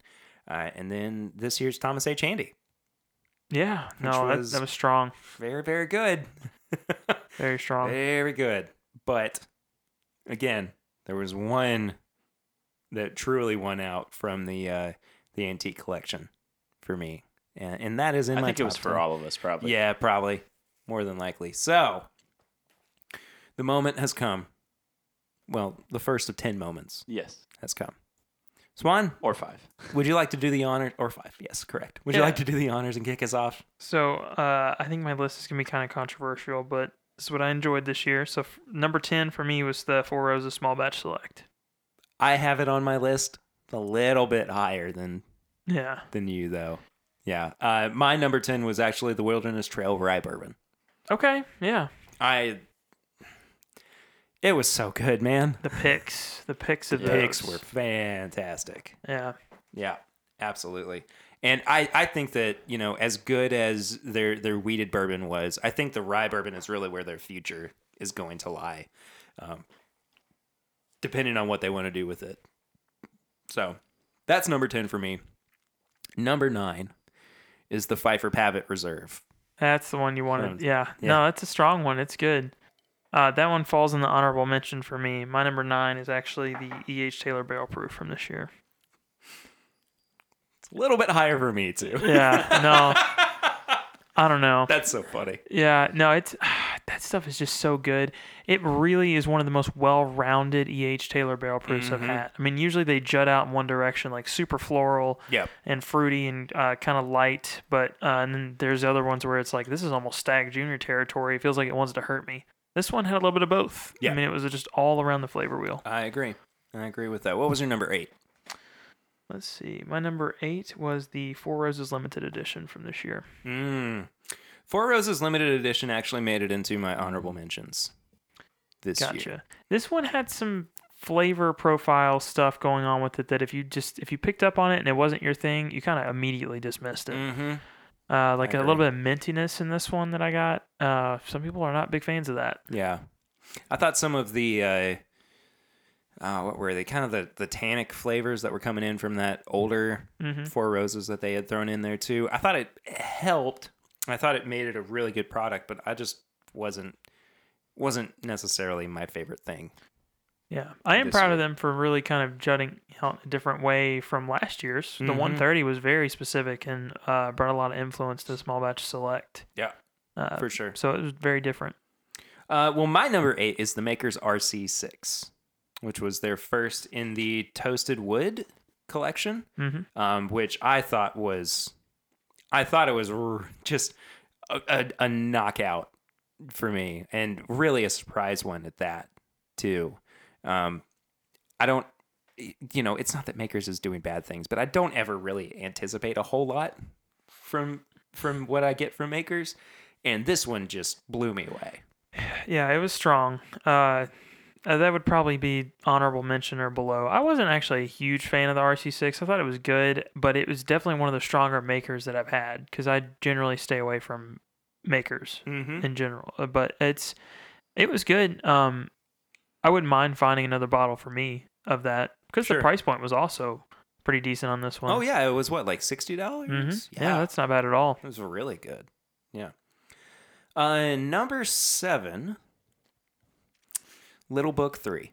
Speaker 1: Uh, and then this year's Thomas H. Handy,
Speaker 3: Yeah,
Speaker 1: Which
Speaker 3: no, that,
Speaker 1: was-
Speaker 3: that was strong.
Speaker 1: very very good.
Speaker 2: Um,
Speaker 3: Very strong.
Speaker 1: Very good. But again, there was one that truly won out from the uh, the antique collection for me, and, and that is in
Speaker 2: I
Speaker 1: my
Speaker 2: think it was
Speaker 1: top
Speaker 2: for
Speaker 1: 10.
Speaker 2: all of us, probably.
Speaker 1: Yeah, probably more than likely. So the moment has come. Well, the first of ten moments
Speaker 2: Yes.
Speaker 1: has come. Swan,
Speaker 2: Or five.
Speaker 1: would you like to do the honor or five? Yes, correct. Would you
Speaker 3: Yeah.
Speaker 1: like to do the honors and kick us off?
Speaker 3: So uh, I think my list is gonna be kind of controversial, but this is what I enjoyed this year. So f- number ten for me was the Four Roses Small Batch Select.
Speaker 1: I have it on my list a little bit higher than
Speaker 3: Yeah,
Speaker 1: than you though. Yeah. Uh, my number 10 was actually the Wilderness Trail Rye Bourbon.
Speaker 3: Okay, yeah.
Speaker 1: I It was so good, man.
Speaker 3: The picks, the picks
Speaker 1: The
Speaker 3: of
Speaker 1: picks
Speaker 3: those.
Speaker 1: were fantastic.
Speaker 3: yeah,
Speaker 1: Yeah, absolutely. And I, I think that, you know, as good as their their weeded bourbon was, I think the rye bourbon is really where their future is going to lie. Um, depending on what they want to do with it. So, that's number 10 for me. Number 9 is the Pfeiffer Pavitt Reserve.
Speaker 3: that's the one you wanted.
Speaker 1: Sounds-
Speaker 3: Yeah.
Speaker 1: yeah.
Speaker 3: no, that's a strong one. It's good. Uh, that one falls in the honorable mention for me. My number nine is actually the E. H. Taylor Barrel Proof from this year.
Speaker 1: It's a little bit higher for me too.
Speaker 3: Yeah, no, I don't know.
Speaker 1: That's so funny.
Speaker 3: Yeah, no, it's that stuff is just so good. It really is one of the most well-rounded E.H. Taylor barrel proofs
Speaker 1: Mm-hmm.
Speaker 3: I've had. I mean, usually they jut out in one direction, like super floral
Speaker 1: Yeah.
Speaker 3: and fruity and uh, kind of light, but uh, and then there's other ones where it's like this is almost Stag Junior territory. It feels like it wants to hurt me. This one had a little bit of both.
Speaker 1: Yeah.
Speaker 3: I mean, it was just all around the flavor wheel.
Speaker 1: I agree. I agree with that. What was your number 8?
Speaker 3: Let's see. My number eight was the Four Roses Limited Edition from this year.
Speaker 1: Mm. Four Roses limited edition actually made it into my honorable mentions this
Speaker 3: Gotcha.
Speaker 1: year.
Speaker 3: This one had some flavor profile stuff going on with it that if you just if you picked up on it and it wasn't your thing, you kind of immediately dismissed it.
Speaker 1: Mm-hmm.
Speaker 3: Uh, like
Speaker 1: I
Speaker 3: a little bit of mintiness in this one that I got. Uh, some people are not big fans of that.
Speaker 1: Yeah, I thought some of the uh, uh, what were they? Kind of the the tannic flavors that were coming in from that older
Speaker 3: Mhm.
Speaker 1: Four Roses that they had thrown in there too. I thought it helped. I thought it made it a really good product, but I just wasn't wasn't necessarily my favorite thing.
Speaker 3: Yeah, I am
Speaker 1: This
Speaker 3: proud
Speaker 1: year.
Speaker 3: of them for really kind of jutting out a different way from last year's. The
Speaker 1: Mhm.
Speaker 3: 130 was very specific and uh, brought a lot of influence to small batch select.
Speaker 1: Yeah,
Speaker 3: Uh,
Speaker 1: for sure.
Speaker 3: So it was very different.
Speaker 1: Uh, well, my number eight is the Maker's RC6, which was their first in the Toasted Wood collection,
Speaker 3: Mhm.
Speaker 1: um, which I thought was, I thought it was r- just a, a, a knockout for me, and really a surprise one at that too. Um, I don't, you know, it's not that Maker's is doing bad things, but I don't ever really anticipate a whole lot from from what I get from Maker's, and this one just blew me away.
Speaker 3: Yeah, it was strong. Uh, uh, that would probably be honorable mention or below. I wasn't actually a huge fan of the RC6. I thought it was good, but it was definitely one of the stronger makers that I've had because I generally stay away from makers
Speaker 1: Mm-hmm.
Speaker 3: in general. Uh, But it's it was good. Um, I wouldn't mind finding another bottle for me of that because
Speaker 1: Sure.
Speaker 3: the price point was also pretty decent on this one.
Speaker 1: Oh yeah, it was what like sixty dollars.
Speaker 3: Mhm. yeah, that's not bad at all.
Speaker 1: it was really good. Yeah. Uh, number seven, Little Book Three.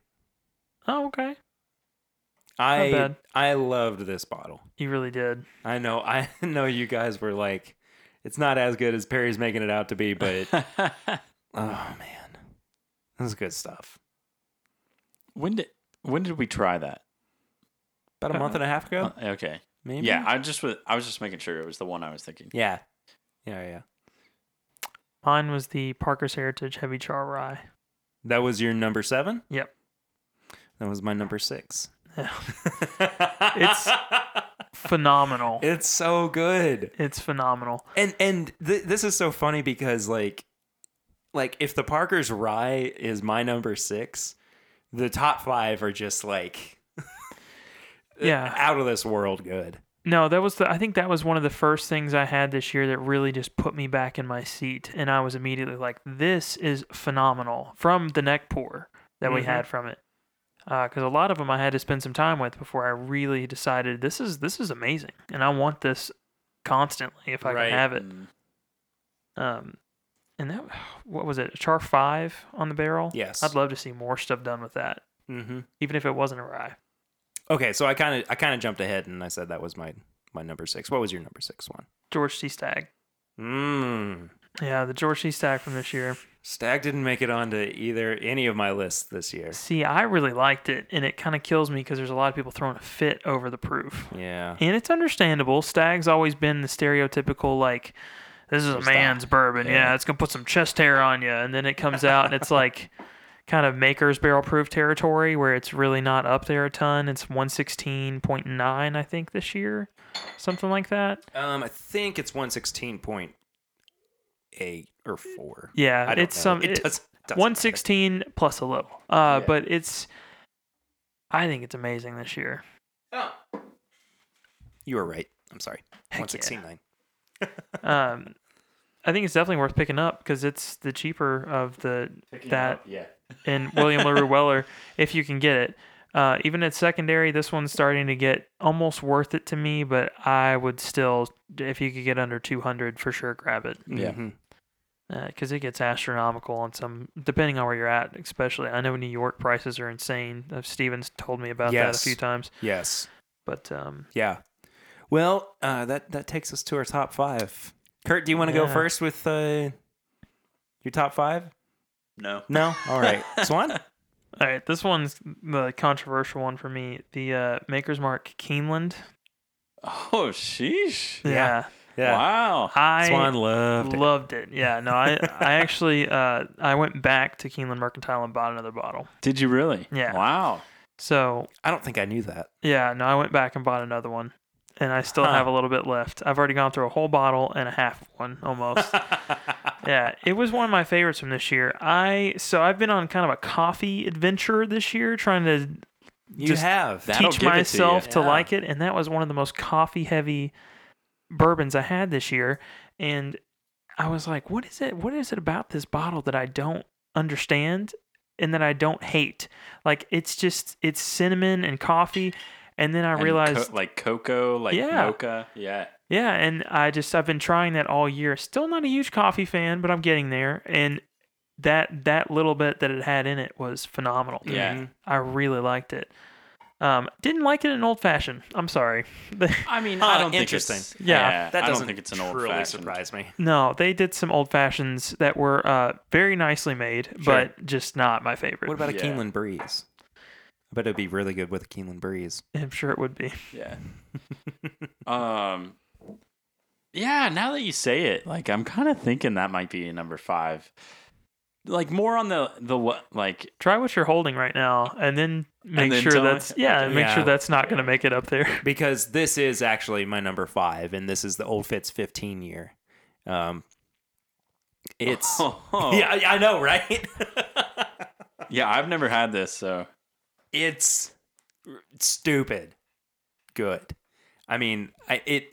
Speaker 3: Oh, okay.
Speaker 1: I
Speaker 3: bad.
Speaker 1: I loved this bottle.
Speaker 3: You really did.
Speaker 1: I know I know you guys were like, it's not as good as Perry's making it out to be, but oh man, this is good stuff.
Speaker 2: when did when did we try that?
Speaker 1: About a month and a half ago,
Speaker 2: Uh, okay.
Speaker 1: maybe.
Speaker 2: Yeah, I just was I was just making sure it was the one I was thinking.
Speaker 1: yeah, yeah, yeah.
Speaker 3: Mine was the Parker's Heritage Heavy Char Rye.
Speaker 1: That was your number seven.
Speaker 3: Yep.
Speaker 1: That was my number six.
Speaker 3: It's- Phenomenal.
Speaker 1: it's so good.
Speaker 3: It's phenomenal.
Speaker 1: and and th- this is so funny because like like if the parker's rye is my number six the top five are just like uh,
Speaker 3: Yeah.
Speaker 1: out of this world good
Speaker 3: No, that was the I think that was one of the first things I had this year that really just put me back in my seat and I was immediately like this is phenomenal from the neck pour that we
Speaker 1: Mhm.
Speaker 3: had from it. Uh, cuz a lot of them I had to spend some time with before I really decided this is this is amazing and I want this constantly if I
Speaker 1: Right. Mm.
Speaker 3: can have it.
Speaker 2: Mm,
Speaker 3: Um and that what was it? A char five on the barrel.
Speaker 1: Yes.
Speaker 3: I'd love to see more stuff done with that,
Speaker 1: Mm-hmm.
Speaker 3: even if it wasn't a rye.
Speaker 1: Okay, so I kind of I kind of jumped ahead and I said that was my my number six. What was your number six one?
Speaker 3: George C. Stag.
Speaker 1: Mmm.
Speaker 3: Yeah, the George C. Stag from this year.
Speaker 1: Stag didn't make it onto either any of my lists this year.
Speaker 3: See, I really liked it, and it kind of kills me because there's a lot of people throwing a fit over the proof.
Speaker 1: Yeah.
Speaker 3: And it's understandable. Stag's always been the stereotypical, like, this is a
Speaker 1: It's
Speaker 3: man's bourbon. Yeah.
Speaker 1: Yeah.
Speaker 3: it's going to put some chest hair on you. And then it comes out and it's like kind of maker's barrel proof territory where it's really not up there a ton. It's 116.9, I think, this year, something like that.
Speaker 1: Um, I think it's one sixteen point eight or four.
Speaker 3: Yeah,
Speaker 1: I don't
Speaker 3: it's
Speaker 1: know.
Speaker 3: some.
Speaker 1: It
Speaker 3: it-
Speaker 1: does- doesn't
Speaker 3: 116 plus a little. Uh,
Speaker 1: Yeah.
Speaker 3: But it's, I think it's amazing this year.
Speaker 1: matter. You were right. I'm sorry.
Speaker 3: Heck yeah.
Speaker 1: One sixteen nine.
Speaker 3: Um, I think it's definitely worth picking up because it's the cheaper of the that
Speaker 2: yeah.
Speaker 3: and William LaRue Weller if you can get it. Uh, even at secondary, this one's starting to get almost worth it to me, but I would still, if you could get under 200, for sure grab it
Speaker 1: Mm-hmm.
Speaker 2: Yeah.
Speaker 3: because it gets astronomical on some, depending on where you're at, especially. I know New York prices are insane. Uh, Stevens told me about that a
Speaker 1: Yes.
Speaker 3: few times,
Speaker 1: Yes.
Speaker 3: but um,
Speaker 1: Yeah. Well, uh, that that takes us to our top five. Kurt, do you want to go
Speaker 3: Yeah.
Speaker 1: first with uh, your top five?
Speaker 2: No.
Speaker 1: No. All right. Swan.
Speaker 3: All right, this one's the controversial one for me. The uh, Maker's Mark Keeneland.
Speaker 2: Oh, sheesh.
Speaker 1: Yeah.
Speaker 2: Wow.
Speaker 3: I
Speaker 1: Swan loved. it.
Speaker 3: loved it. Yeah, no, I I actually uh, I went back to Keeneland Mercantile and bought another bottle.
Speaker 2: Did you really?
Speaker 3: Yeah.
Speaker 2: Wow.
Speaker 3: So
Speaker 1: I don't think I knew that.
Speaker 3: yeah, no, I went back and bought another one, and I still
Speaker 1: Huh.
Speaker 3: have a little bit left. I've already gone through a whole bottle and a half one almost. yeah, it was one of my favorites from this year. I so I've been on kind of a coffee adventure this year, trying to
Speaker 1: You
Speaker 3: Just
Speaker 1: have.
Speaker 2: That'll
Speaker 3: teach
Speaker 2: give it to
Speaker 3: myself
Speaker 2: you.
Speaker 3: to,
Speaker 1: Yeah.
Speaker 3: like it and that was one of the most coffee heavy bourbons i had this year and i was like what is it what is it about this bottle that i don't understand and that i don't hate like it's just it's cinnamon and coffee and then i
Speaker 2: And co-
Speaker 3: realized
Speaker 2: like cocoa, like
Speaker 3: Yeah.
Speaker 2: mocha. Yeah.
Speaker 3: yeah, and I just I've been trying that all year. Still not a huge coffee fan, but I'm getting there. And that that little bit that it had in it was phenomenal.
Speaker 2: Yeah.
Speaker 1: Mhm.
Speaker 3: I really liked it. Um, didn't like it in old fashioned. I'm sorry.
Speaker 2: I mean,
Speaker 1: Huh,
Speaker 2: I don't think it's-
Speaker 1: interesting.
Speaker 3: Yeah,
Speaker 1: That
Speaker 2: I
Speaker 1: doesn't
Speaker 2: don't think it's an old
Speaker 1: truly
Speaker 2: fashioned.
Speaker 1: surprise me.
Speaker 3: no, they did some old fashions that were uh, very nicely made, but just not my favorite.
Speaker 1: What about a
Speaker 2: Yeah.
Speaker 1: Keeneland Breeze? I bet it'd be really good with a Keeneland Breeze.
Speaker 3: I'm sure it would be.
Speaker 2: Yeah. um. Yeah. Now that you say it, like I'm kind of thinking that might be number five. Like more on the the le- like
Speaker 3: Try what you're holding right now, and then make
Speaker 2: then
Speaker 3: sure
Speaker 2: tell me-
Speaker 3: that's yeah, and make
Speaker 1: Yeah.
Speaker 3: sure that's not going to make it up there.
Speaker 1: Because this is actually my number five, and this is the Old Fitz 15 year. Um, it's.
Speaker 2: Oh.
Speaker 1: Yeah, I, I know, right?
Speaker 2: yeah. I've never had this, so
Speaker 1: it's stupid good. I mean, I, it.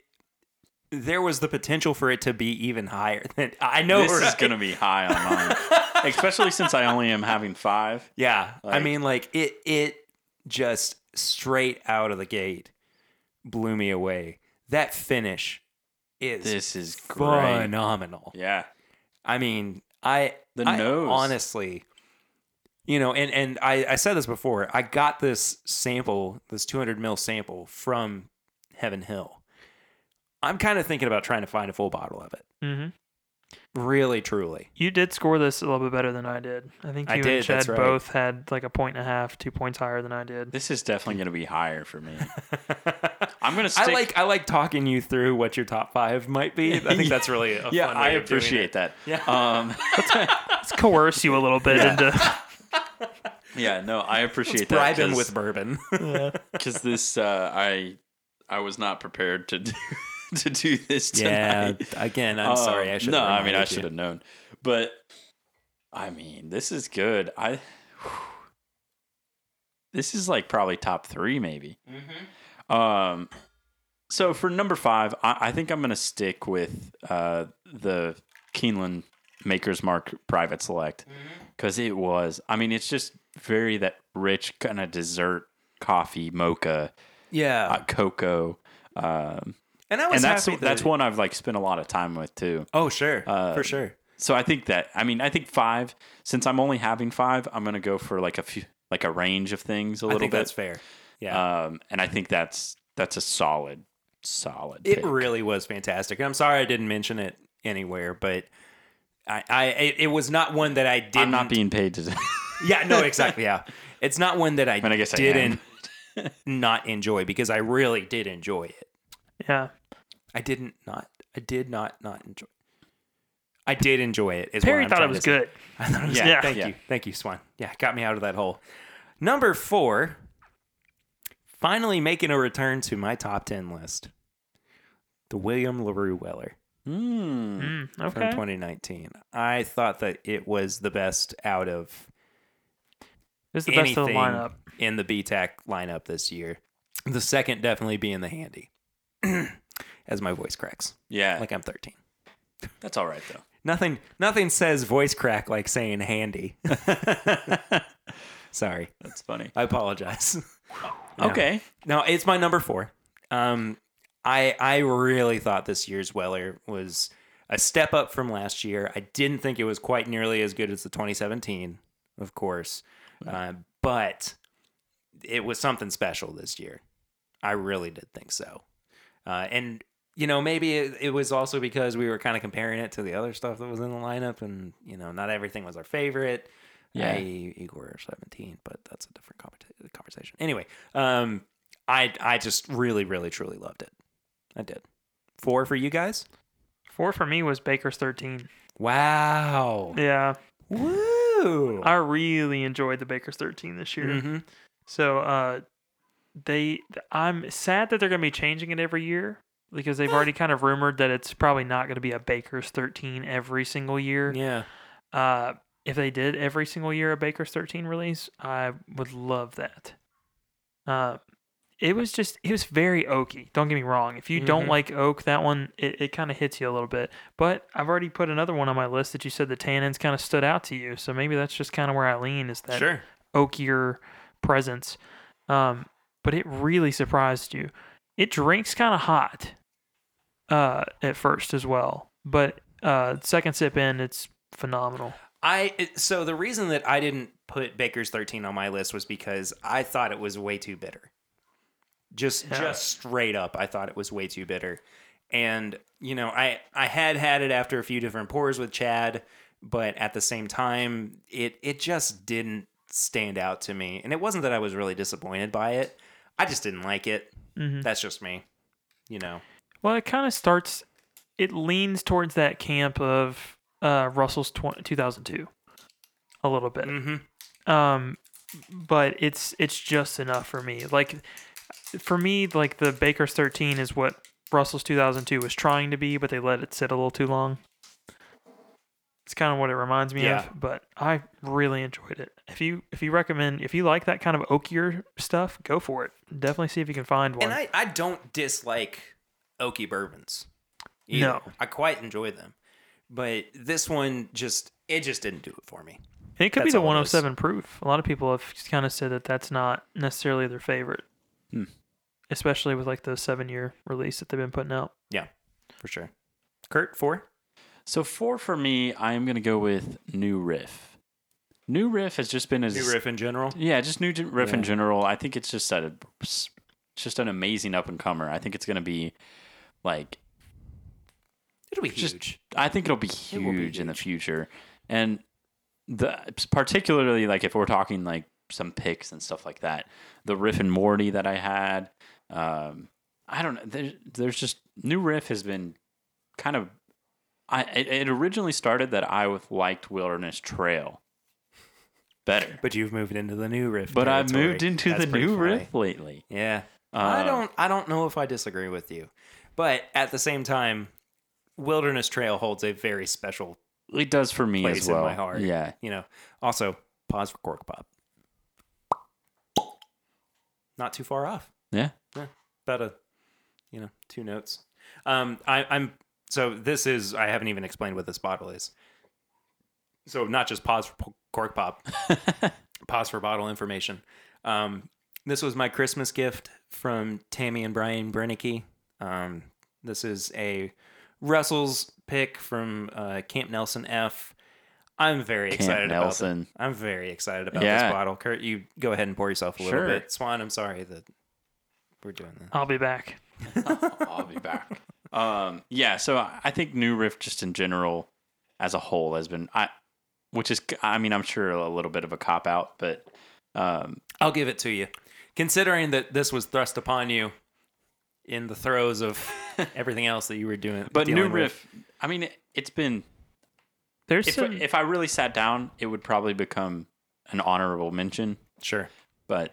Speaker 1: There was the potential for it to be even higher than I know.
Speaker 2: this is
Speaker 1: right?
Speaker 2: gonna be high on mine, especially since I only am having five.
Speaker 1: Yeah. I
Speaker 2: Like-
Speaker 1: mean, like it it just straight out of the gate blew me away. That finish is
Speaker 2: This is great.
Speaker 1: phenomenal.
Speaker 2: Yeah.
Speaker 1: I mean, I
Speaker 2: The
Speaker 1: I
Speaker 2: nose.
Speaker 1: honestly you know, and and I I said this before. I got this sample, this 200 mil sample from Heaven Hill. I'm kind of thinking about trying to find a full bottle of it.
Speaker 3: hmm
Speaker 1: Really, truly.
Speaker 3: You did score this a little bit better than I did. I think
Speaker 1: I
Speaker 3: you and
Speaker 1: did,
Speaker 3: Chad
Speaker 1: that's right.
Speaker 3: both had like a point and a half, two points higher than I did.
Speaker 2: This is definitely gonna be higher for me. I'm gonna stick.
Speaker 1: I like I like talking you through what your top five might be. I think that's really a
Speaker 2: Yeah,
Speaker 1: fun
Speaker 2: I
Speaker 1: way of doing
Speaker 2: appreciate
Speaker 1: it.
Speaker 2: that.
Speaker 1: Yeah.
Speaker 2: Um.
Speaker 3: Let's coerce you a little bit into.
Speaker 2: Yeah. No, I appreciate that.
Speaker 1: bribing
Speaker 2: 'cause-
Speaker 1: with bourbon.
Speaker 2: because this uh, I I was not prepared to do, to do this
Speaker 1: yeah,
Speaker 2: tonight.
Speaker 1: again, I'm
Speaker 2: Um,
Speaker 1: sorry. I should.
Speaker 2: No, I mean I should have known, but I mean this is good. I this is like probably top three, maybe.
Speaker 1: Mm-hmm.
Speaker 2: Um, so for number five, I, I think I'm gonna stick with uh the Keeneland Maker's Mark Private Select
Speaker 1: Mm-hmm.
Speaker 2: because it was. I mean, it's just very that rich kind of dessert coffee mocha
Speaker 1: Yeah,
Speaker 2: uh, cocoa um,
Speaker 1: and I was
Speaker 2: and that's
Speaker 1: happy that-
Speaker 2: that's one i've like spent a lot of time with too
Speaker 1: Oh sure,
Speaker 2: Uh,
Speaker 1: for sure.
Speaker 2: So I think that I mean I think five. Since I'm only having five, I'm gonna go for like a few like a range of things a
Speaker 1: I
Speaker 2: little
Speaker 1: think
Speaker 2: bit.
Speaker 1: that's fair. Yeah.
Speaker 2: Um, and I think that's that's a solid solid.
Speaker 1: it
Speaker 2: pick.
Speaker 1: really was fantastic. And I'm sorry I didn't mention it anywhere, but I, I it, it was not one that I did
Speaker 2: I'm not being paid to.
Speaker 1: Yeah, no, exactly. Yeah. It's not one that I,
Speaker 2: mean, I guess I
Speaker 1: didn't not enjoy because I really did enjoy it.
Speaker 3: Yeah.
Speaker 1: I didn't not I did not not enjoy I did enjoy it. Is what
Speaker 3: Perry
Speaker 1: I'm
Speaker 3: thought it
Speaker 1: trying
Speaker 3: was
Speaker 1: to say.
Speaker 3: good.
Speaker 1: I thought it was
Speaker 2: Yeah,
Speaker 1: good.
Speaker 3: yeah.
Speaker 1: Thank
Speaker 2: yeah.
Speaker 1: you. Thank you, Swan. Yeah, got me out of that hole. Number four, finally making a return to my top 10 list the William LaRue Weller
Speaker 2: Hmm.
Speaker 3: Mm,
Speaker 1: from
Speaker 3: okay.
Speaker 1: 2019. I thought that it was the best out of
Speaker 3: It's the best
Speaker 1: anything
Speaker 3: of the lineup.
Speaker 1: in the BTAC lineup this year. The second definitely being the handy as my voice cracks
Speaker 2: Yeah,
Speaker 1: like I'm 13.
Speaker 2: that's all right though.
Speaker 1: Nothing nothing says voice crack like saying handy. Sorry.
Speaker 2: That's funny.
Speaker 1: I apologize. Yeah.
Speaker 2: Okay.
Speaker 1: No, it's my number four. Um, I I really thought this year's Weller was a step up from last year. I didn't think it was quite nearly as good as the 2017, of course, uh, but it was something special this year. I really did think so, uh, and you know maybe it, it was also because we were kind of comparing it to the other stuff that was in the lineup, and you know not everything was our favorite.
Speaker 2: Yeah.
Speaker 1: Yeah, Igor 17, but that's a different conversa- conversation. Anyway, um, I I just really really truly loved it. I did. Four for you guys.
Speaker 3: Four for me was Baker's 13.
Speaker 1: Wow.
Speaker 3: Yeah.
Speaker 1: Woo.
Speaker 3: I really enjoyed the Baker's 13 this year.
Speaker 1: Mhm.
Speaker 3: So uh, they, I'm sad that they're going to be changing it every year because they've already kind of rumored that it's probably not going to be a Baker's 13 every single year.
Speaker 1: Yeah.
Speaker 3: Uh, if they did every single year a Baker's 13 release, I would love that. Uh, it was just, it was very oaky. Don't get me wrong. If you don't
Speaker 1: Mhm.
Speaker 3: like oak, that one, it, it kind of hits you a little bit. But I've already put another one on my list that you said the tannins kind of stood out to you. So maybe that's just kind of where I lean is that
Speaker 1: Sure.
Speaker 3: oakier presence. Um, but it really surprised you. It drinks kind of hot uh, at first as well, but uh, second sip in, it's phenomenal.
Speaker 1: I it- so the reason that I didn't put Baker's 13 on my list was because I thought it was way too bitter. Just
Speaker 3: Yeah.
Speaker 1: just straight up, I thought it was way too bitter. And you know, I I had had it after a few different pours with Chad, but at the same time, it it just didn't stand out to me. And it wasn't that I was really disappointed by it. I just didn't like it.
Speaker 3: Mhm.
Speaker 1: That's just me. You know.
Speaker 3: Well, it kind of starts, it leans towards that camp of uh, Russell's tw- 2002 a little bit.
Speaker 1: Mm-hmm.
Speaker 3: um but it's it's just enough for me like for me like the baker's 13 is what russell's 2002 was trying to be but they let it sit a little too long it's kind of what it reminds me
Speaker 1: Yeah.
Speaker 3: of but i really enjoyed it if you if you recommend if you like that kind of oakier stuff go for it definitely see if you can find one
Speaker 1: And I, I don't dislike oaky bourbons. Either.
Speaker 3: No.
Speaker 1: I quite enjoy them. But this one just it just didn't do it for me.
Speaker 3: And it could be
Speaker 1: That's
Speaker 3: the
Speaker 1: all it is.
Speaker 3: 107 proof. A lot of people have kind of said that that's not necessarily their favorite,
Speaker 2: Hmm.
Speaker 3: especially with like the seven year release that they've been putting out.
Speaker 1: Yeah, for sure. Kurt, four?
Speaker 2: So four for me. I am gonna go with new riff. New riff has just been as
Speaker 1: New riff in general.
Speaker 2: Yeah, just new gen- riff in
Speaker 1: Yeah.
Speaker 2: general. I think it's just a, it's just an amazing up and comer. I think it's gonna be like
Speaker 1: It'll be
Speaker 2: Just-
Speaker 1: huge.
Speaker 2: I think it'll be
Speaker 1: It
Speaker 2: huge,
Speaker 1: will be
Speaker 2: in the
Speaker 1: huge.
Speaker 2: future, and the particularly like if we're talking like some picks and stuff like that, the riff and Morty that I had, um, I don't know. There's, there's just new riff has been kind of. I it, it originally started that I liked Wilderness Trail better,
Speaker 1: But you've moved into the new riff.
Speaker 2: but I've
Speaker 1: territory.
Speaker 2: moved into
Speaker 1: That's
Speaker 2: the
Speaker 1: pretty
Speaker 2: new
Speaker 1: funny.
Speaker 2: riff lately.
Speaker 1: Yeah.
Speaker 2: Uh,
Speaker 1: I don't I don't know if I disagree with you. But at the same time, Wilderness Trail holds a very special,
Speaker 2: It does for me
Speaker 1: place
Speaker 2: as
Speaker 1: in
Speaker 2: well.
Speaker 1: my heart.
Speaker 2: Yeah.
Speaker 1: you know. Also, pause for cork pop. Not too far off.
Speaker 2: Yeah.
Speaker 1: about a you know two notes um I, i'm so this is i haven't even explained what this bottle is so not just pause for po- cork pop pause for bottle information um this was my christmas gift from tammy and brian Brenicky. um this is a russell's pick from uh, Camp Nelson F. I'm very
Speaker 2: Camp
Speaker 1: excited about
Speaker 2: Nelson.
Speaker 1: it. I'm very excited about
Speaker 2: Yeah.
Speaker 1: this bottle. Kurt, you go ahead and pour yourself a little
Speaker 2: Sure.
Speaker 1: bit. Swan, I'm sorry that we're doing this.
Speaker 3: I'll be back.
Speaker 2: I'll be back. Um, yeah, so I I think New Rift just in general, as a whole, has been I, which is I mean I'm sure a little bit of a cop out, but um,
Speaker 1: I'll give it to you. Considering that this was thrust upon you in the throes of everything else that you were doing.
Speaker 2: but New
Speaker 1: dealing with.
Speaker 2: Rift, I mean it, it's been
Speaker 3: There's
Speaker 2: if
Speaker 3: some.
Speaker 2: if I really sat down, it would probably become an honorable mention,
Speaker 1: Sure.
Speaker 2: but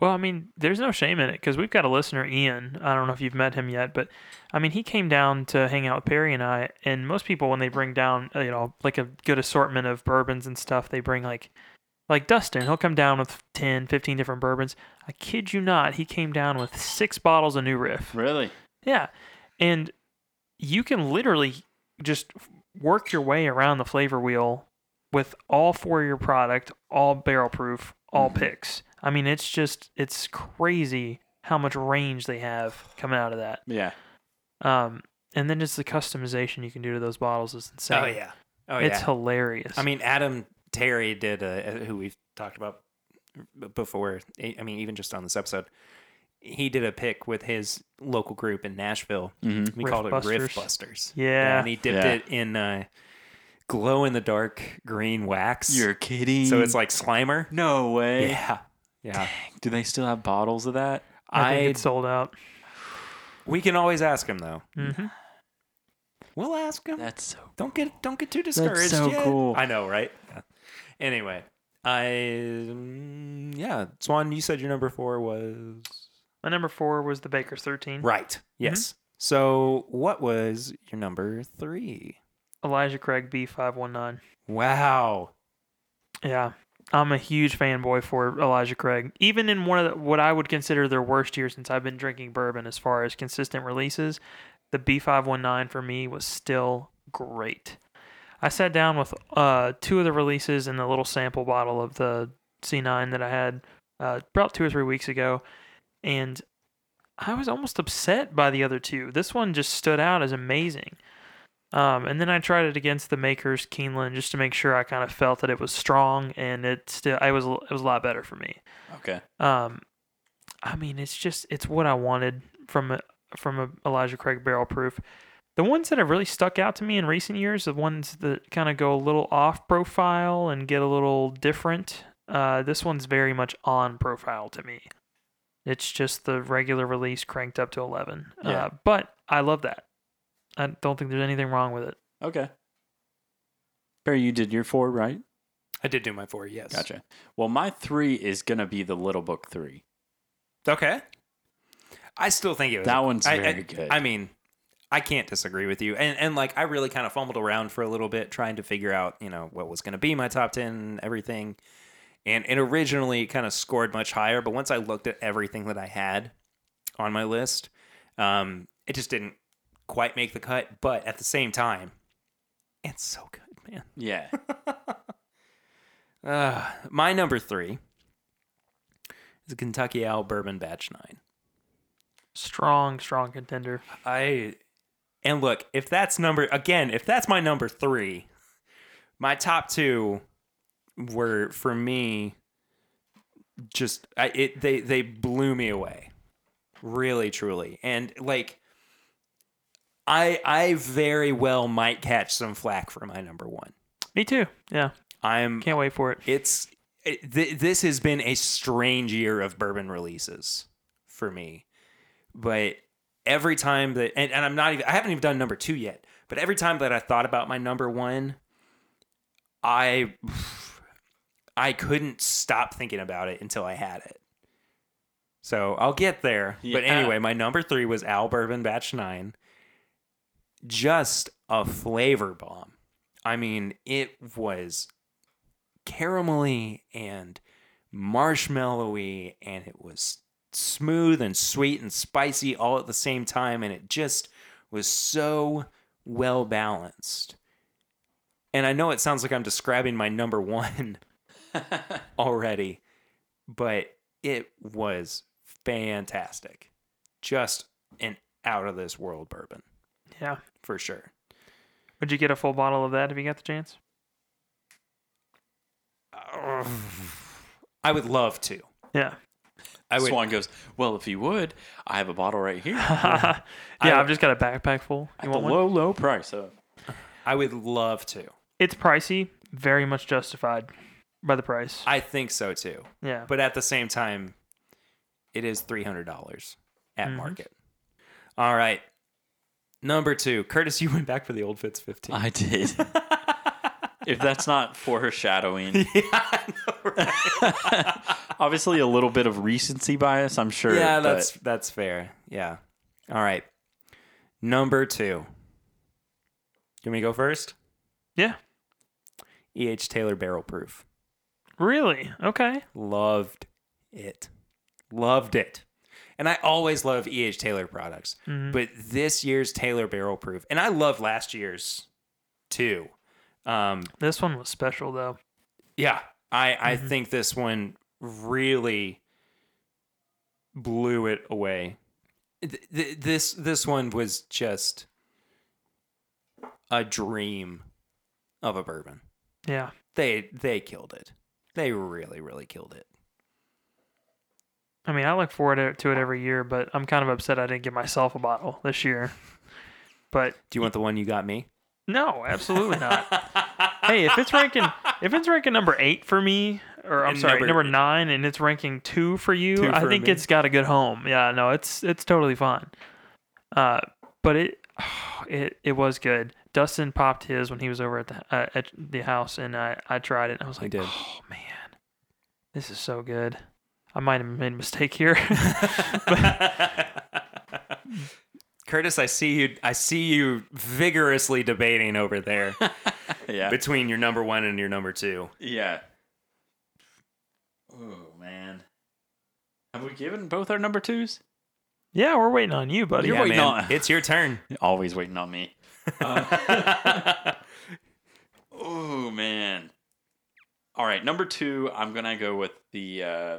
Speaker 3: Well, I mean, there's no shame in it because we've got a listener, Ian. I don't know if you've met him yet, but I mean, he came down to hang out with Perry and I. And most people, when they bring down, uh, you know, like a good assortment of bourbons and stuff, they bring like, like Dustin, he'll come down with 10, 15 different bourbons. I kid you not, he came down with six bottles of New Riff.
Speaker 2: really,
Speaker 3: Yeah. And you can literally just work your way around the flavor wheel with all four of your product, all barrel proof, all
Speaker 1: Mm-hmm.
Speaker 3: picks. I mean, it's just, it's crazy how much range they have coming out of that.
Speaker 2: yeah,
Speaker 3: Um, and then just the customization you can do to those bottles is insane.
Speaker 1: Oh yeah. Oh yeah.
Speaker 3: it's hilarious.
Speaker 1: I mean, Adam Terry did, uh, who we've talked about b- before. I I mean, even just on this episode, he did a pick with his local group in Nashville.
Speaker 2: hmm
Speaker 1: We
Speaker 3: Riff
Speaker 1: called it Riff
Speaker 3: Busters.
Speaker 1: Busters.
Speaker 3: yeah.
Speaker 1: and he dipped
Speaker 2: Yeah.
Speaker 1: it in uh, glow in the dark green wax.
Speaker 2: you're kidding.
Speaker 1: so it's like Slimer.
Speaker 2: no way.
Speaker 1: Yeah, yeah.
Speaker 2: Do they still have bottles of that?
Speaker 3: I think
Speaker 1: I-
Speaker 3: it's sold out.
Speaker 1: we can always ask him though.
Speaker 3: hmm
Speaker 1: We'll ask him.
Speaker 2: That's so
Speaker 1: Don't get don't get too discouraged.
Speaker 2: so
Speaker 1: yet.
Speaker 2: cool.
Speaker 1: I know, right? Yeah. Anyway, I mm, yeah, Swan, you said your number four was Mm-hmm.
Speaker 3: My number four was the Baker's 13.
Speaker 1: right. Yes. So what was your number three?
Speaker 3: Elijah Craig B519.
Speaker 1: Wow.
Speaker 3: Yeah. I'm a huge fanboy for Elijah Craig. Even in one of the, what I would consider their worst year since I've been drinking bourbon as far as consistent releases, the B519 for me was still great. I sat down with uh, two of the releases and the little sample bottle of the C9 that I had uh, about two or three weeks ago, and I was almost upset by the other two. This one just stood out as amazing. Um, and then I tried it against the Makers Keeneland just to make sure I kind of felt that it was strong, and it still I was it was a lot better for me.
Speaker 2: okay.
Speaker 3: Um, I mean, it's just it's what I wanted from a, from a Elijah Craig barrel proof. The ones that have really stuck out to me in recent years, the ones that kind of go a little off profile and get a little different. Uh, this one's very much on profile to me. It's just the regular release cranked up to eleven.
Speaker 2: Yeah.
Speaker 3: Uh, but I love that. I don't think there's anything wrong with it.
Speaker 2: Okay. Barry, you did your four, right?
Speaker 1: I did do my four. Yes.
Speaker 2: Gotcha. Well, my three is gonna be the Little Book three.
Speaker 1: Okay. I still think it was
Speaker 2: That one's
Speaker 1: I- I-
Speaker 2: very good.
Speaker 1: I mean, I can't disagree with you. And and like I really kind of fumbled around for a little bit trying to figure out, you know, what was going to be my top 10 and everything. And it originally kind of scored much higher, but once I looked at everything that I had on my list, um, it just didn't quite make the cut, but at the same time, it's so good, man.
Speaker 2: Yeah.
Speaker 1: Uh, my number 3 is a Kentucky Owl Bourbon Batch 9.
Speaker 3: Strong, strong contender.
Speaker 1: I and look, if that's number again, if that's my number three, my top two were for me just I it they they blew me away. Really truly. And like I I very well might catch some flack for my number one.
Speaker 3: Me too. Yeah,
Speaker 1: I'm
Speaker 3: can't wait for it.
Speaker 1: it's it, th- this has been a strange year of bourbon releases for me but every time that and, and i'm not even i haven't even done number two yet but every time that i thought about my number one i i couldn't stop thinking about it until i had it so i'll get there but
Speaker 2: Yeah.
Speaker 1: anyway my number three was al bourbon batch nine just a flavor bomb i mean it was caramelly and marshmallowy and it was smooth and sweet and spicy all at the same time and it just was so well balanced and i know it sounds like i'm describing my number one already but it was fantastic just an out of this world bourbon
Speaker 3: Yeah.
Speaker 1: for sure
Speaker 3: Would you get a full bottle of that if you got the chance?
Speaker 1: I would love to.
Speaker 3: Yeah.
Speaker 1: I would.
Speaker 2: Swan goes, Well, if you would, I have a bottle right here
Speaker 3: yeah, I've just got a backpack full. You
Speaker 2: at the
Speaker 3: want one?
Speaker 2: low, low price of
Speaker 1: I would love to.
Speaker 3: It's pricey, very much justified by the price.
Speaker 1: I think so too.
Speaker 3: yeah.
Speaker 1: But at the same time, it is three hundred dollars at
Speaker 3: Mhm.
Speaker 1: market. All right. Number two, Curtis, you went back for the old Fitz fifteen.
Speaker 2: I did. if that's not foreshadowing,
Speaker 1: yeah, I know, right?
Speaker 2: obviously a little bit of recency bias, I'm sure.
Speaker 1: yeah,
Speaker 2: but
Speaker 1: that's that's fair. Yeah. All right. Number two. Can we go first?
Speaker 3: Yeah.
Speaker 1: E. H. Taylor Barrel Proof.
Speaker 3: Really? Okay.
Speaker 1: Loved it. Loved it. And I always love E.H. Taylor products.
Speaker 3: Mhm.
Speaker 1: But this year's Taylor Barrel Proof, and I love last year's too. Um,
Speaker 3: This one was special though.
Speaker 1: yeah, I, I think this one really blew it away. Th- th- this this one was just a dream of a bourbon.
Speaker 3: Yeah.
Speaker 1: They they killed it. They really really killed it.
Speaker 3: I mean, I look forward to it every year, but I'm kind of upset I didn't get myself a bottle this year. But
Speaker 1: Do you want the one you got me?
Speaker 3: no, absolutely not. hey, if it's ranking if it's ranking number eight for me, or I'm
Speaker 1: And
Speaker 3: sorry,
Speaker 1: number-
Speaker 3: number nine, and it's ranking two for you,
Speaker 1: Two
Speaker 3: I
Speaker 1: for
Speaker 3: think
Speaker 1: me.
Speaker 3: it's got a good home. Yeah, no, it's it's totally fine. Uh, but it it it was good. Dustin popped his when he was over at the uh, at the house, and I I tried it. and I was
Speaker 1: He
Speaker 3: like,
Speaker 1: did.
Speaker 3: oh man, this is so good. I might have made a mistake here.
Speaker 1: Curtis, I see you. I see you vigorously debating over there
Speaker 2: yeah.
Speaker 1: between your number one and your number two.
Speaker 2: yeah. Oh, man. Have we given both our number twos?
Speaker 3: yeah, we're waiting on you, buddy.
Speaker 2: You're
Speaker 1: yeah,
Speaker 2: waiting
Speaker 1: man,
Speaker 2: on-
Speaker 1: it's your turn.
Speaker 2: Always waiting on me.
Speaker 1: Uh,
Speaker 2: Oh man. All right, number two, I'm gonna go with the uh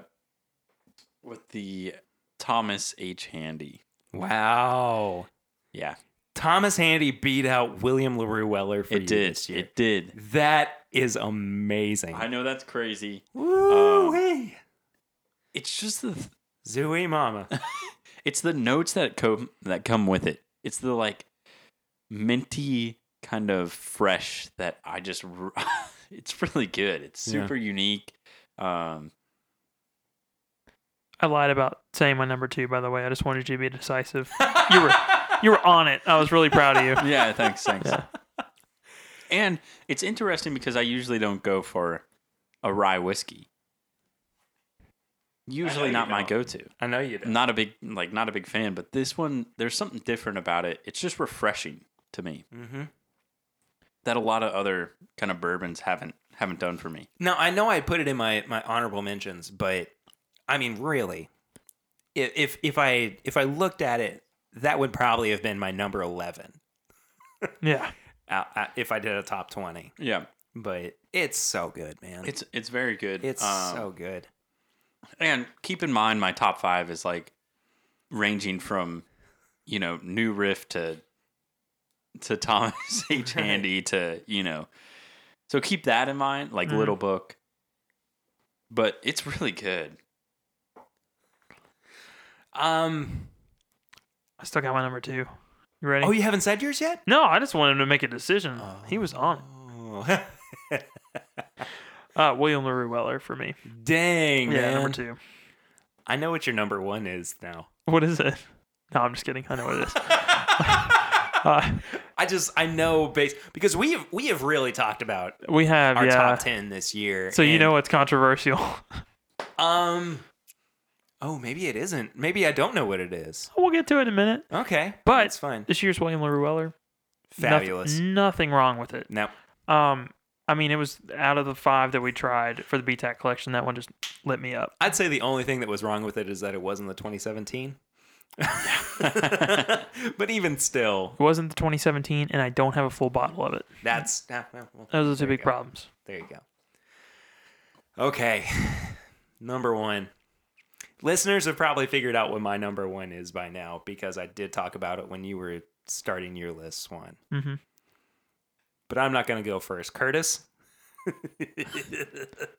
Speaker 2: with the Thomas H. Handy.
Speaker 1: wow,
Speaker 2: Yeah.
Speaker 1: Thomas Handy beat out William Larue Weller for you
Speaker 2: it did.
Speaker 1: this year.
Speaker 2: It did.
Speaker 1: That is amazing.
Speaker 2: I Um, know that's crazy.
Speaker 1: Woo
Speaker 2: It's just the
Speaker 1: Zooey Mama.
Speaker 2: it's the notes that come that come with it. It's the like minty kind of fresh that I just r- it's really good. It's
Speaker 1: Yeah.
Speaker 2: super unique. Um
Speaker 3: I lied about saying my number two. By the way, I just wanted you to be decisive. you were you were on it. I was really proud of you.
Speaker 2: yeah, thanks, thanks.
Speaker 3: Yeah.
Speaker 2: And it's interesting because I usually don't go for a rye whiskey. Usually
Speaker 1: you
Speaker 2: not my
Speaker 1: don't.
Speaker 2: go-to.
Speaker 1: I know you did.
Speaker 2: Not a big like not a big fan, but this one there's something different about it. It's just refreshing to me
Speaker 1: Mm-hmm.
Speaker 2: that a lot of other kind of bourbons haven't haven't done for me.
Speaker 1: Now I know I put it in my my honorable mentions, but I mean, really, i- if if I if I looked at it, that would probably have been my number eleven
Speaker 3: Yeah.
Speaker 1: uh, uh, if I did a top twenty.
Speaker 2: Yeah,
Speaker 1: But it's so good, man.
Speaker 2: it's it's very good.
Speaker 1: it's
Speaker 2: Um,
Speaker 1: so good.
Speaker 2: and keep in mind my top five is like ranging from you know new riff to to thomas h
Speaker 1: Right.
Speaker 2: handy to you know so keep that in mind like
Speaker 3: Mhm.
Speaker 2: little book but it's really good
Speaker 1: Um.
Speaker 3: I still got my number two. You ready?
Speaker 1: Oh, you haven't said yours yet.
Speaker 3: No, I just wanted him to make a decision. He was on it.
Speaker 1: Oh.
Speaker 3: Uh, William LaRue Weller for me.
Speaker 1: Dang,
Speaker 3: Yeah,
Speaker 1: man.
Speaker 3: number two.
Speaker 1: I know what your number one is now.
Speaker 3: What is it? No, I'm just kidding. I know what it is. uh,
Speaker 1: I just I know base because we have we have really talked about
Speaker 3: we have,
Speaker 1: our
Speaker 3: yeah.
Speaker 1: top ten this year.
Speaker 3: So you
Speaker 1: and-
Speaker 3: know what's controversial.
Speaker 1: Um. Oh, maybe it isn't. Maybe I don't know what it is.
Speaker 3: we'll get to it in a minute.
Speaker 1: Okay,
Speaker 3: But-
Speaker 1: it's fine.
Speaker 3: This year's William LaRue Weller. noth-
Speaker 1: Fabulous.
Speaker 3: Nothing, wrong with it.
Speaker 1: No,
Speaker 3: Um, I mean, it was out of the five that we tried for the BTAC collection, that one just lit me up.
Speaker 1: I'd say the only thing that was wrong with it is that it wasn't the 2017. but even still,
Speaker 3: It wasn't the 2017, and I don't have a full bottle of it.
Speaker 1: that's nah, nah, well,
Speaker 3: Those are
Speaker 1: there
Speaker 3: two
Speaker 1: you
Speaker 3: big
Speaker 1: go.
Speaker 3: problems.
Speaker 1: There you go. Okay, number one. Listeners have probably figured out what my number one is by now because I did talk about it when you were starting your list, Swan.
Speaker 3: Mm-hmm.
Speaker 1: but I'm not going to go first. Curtis?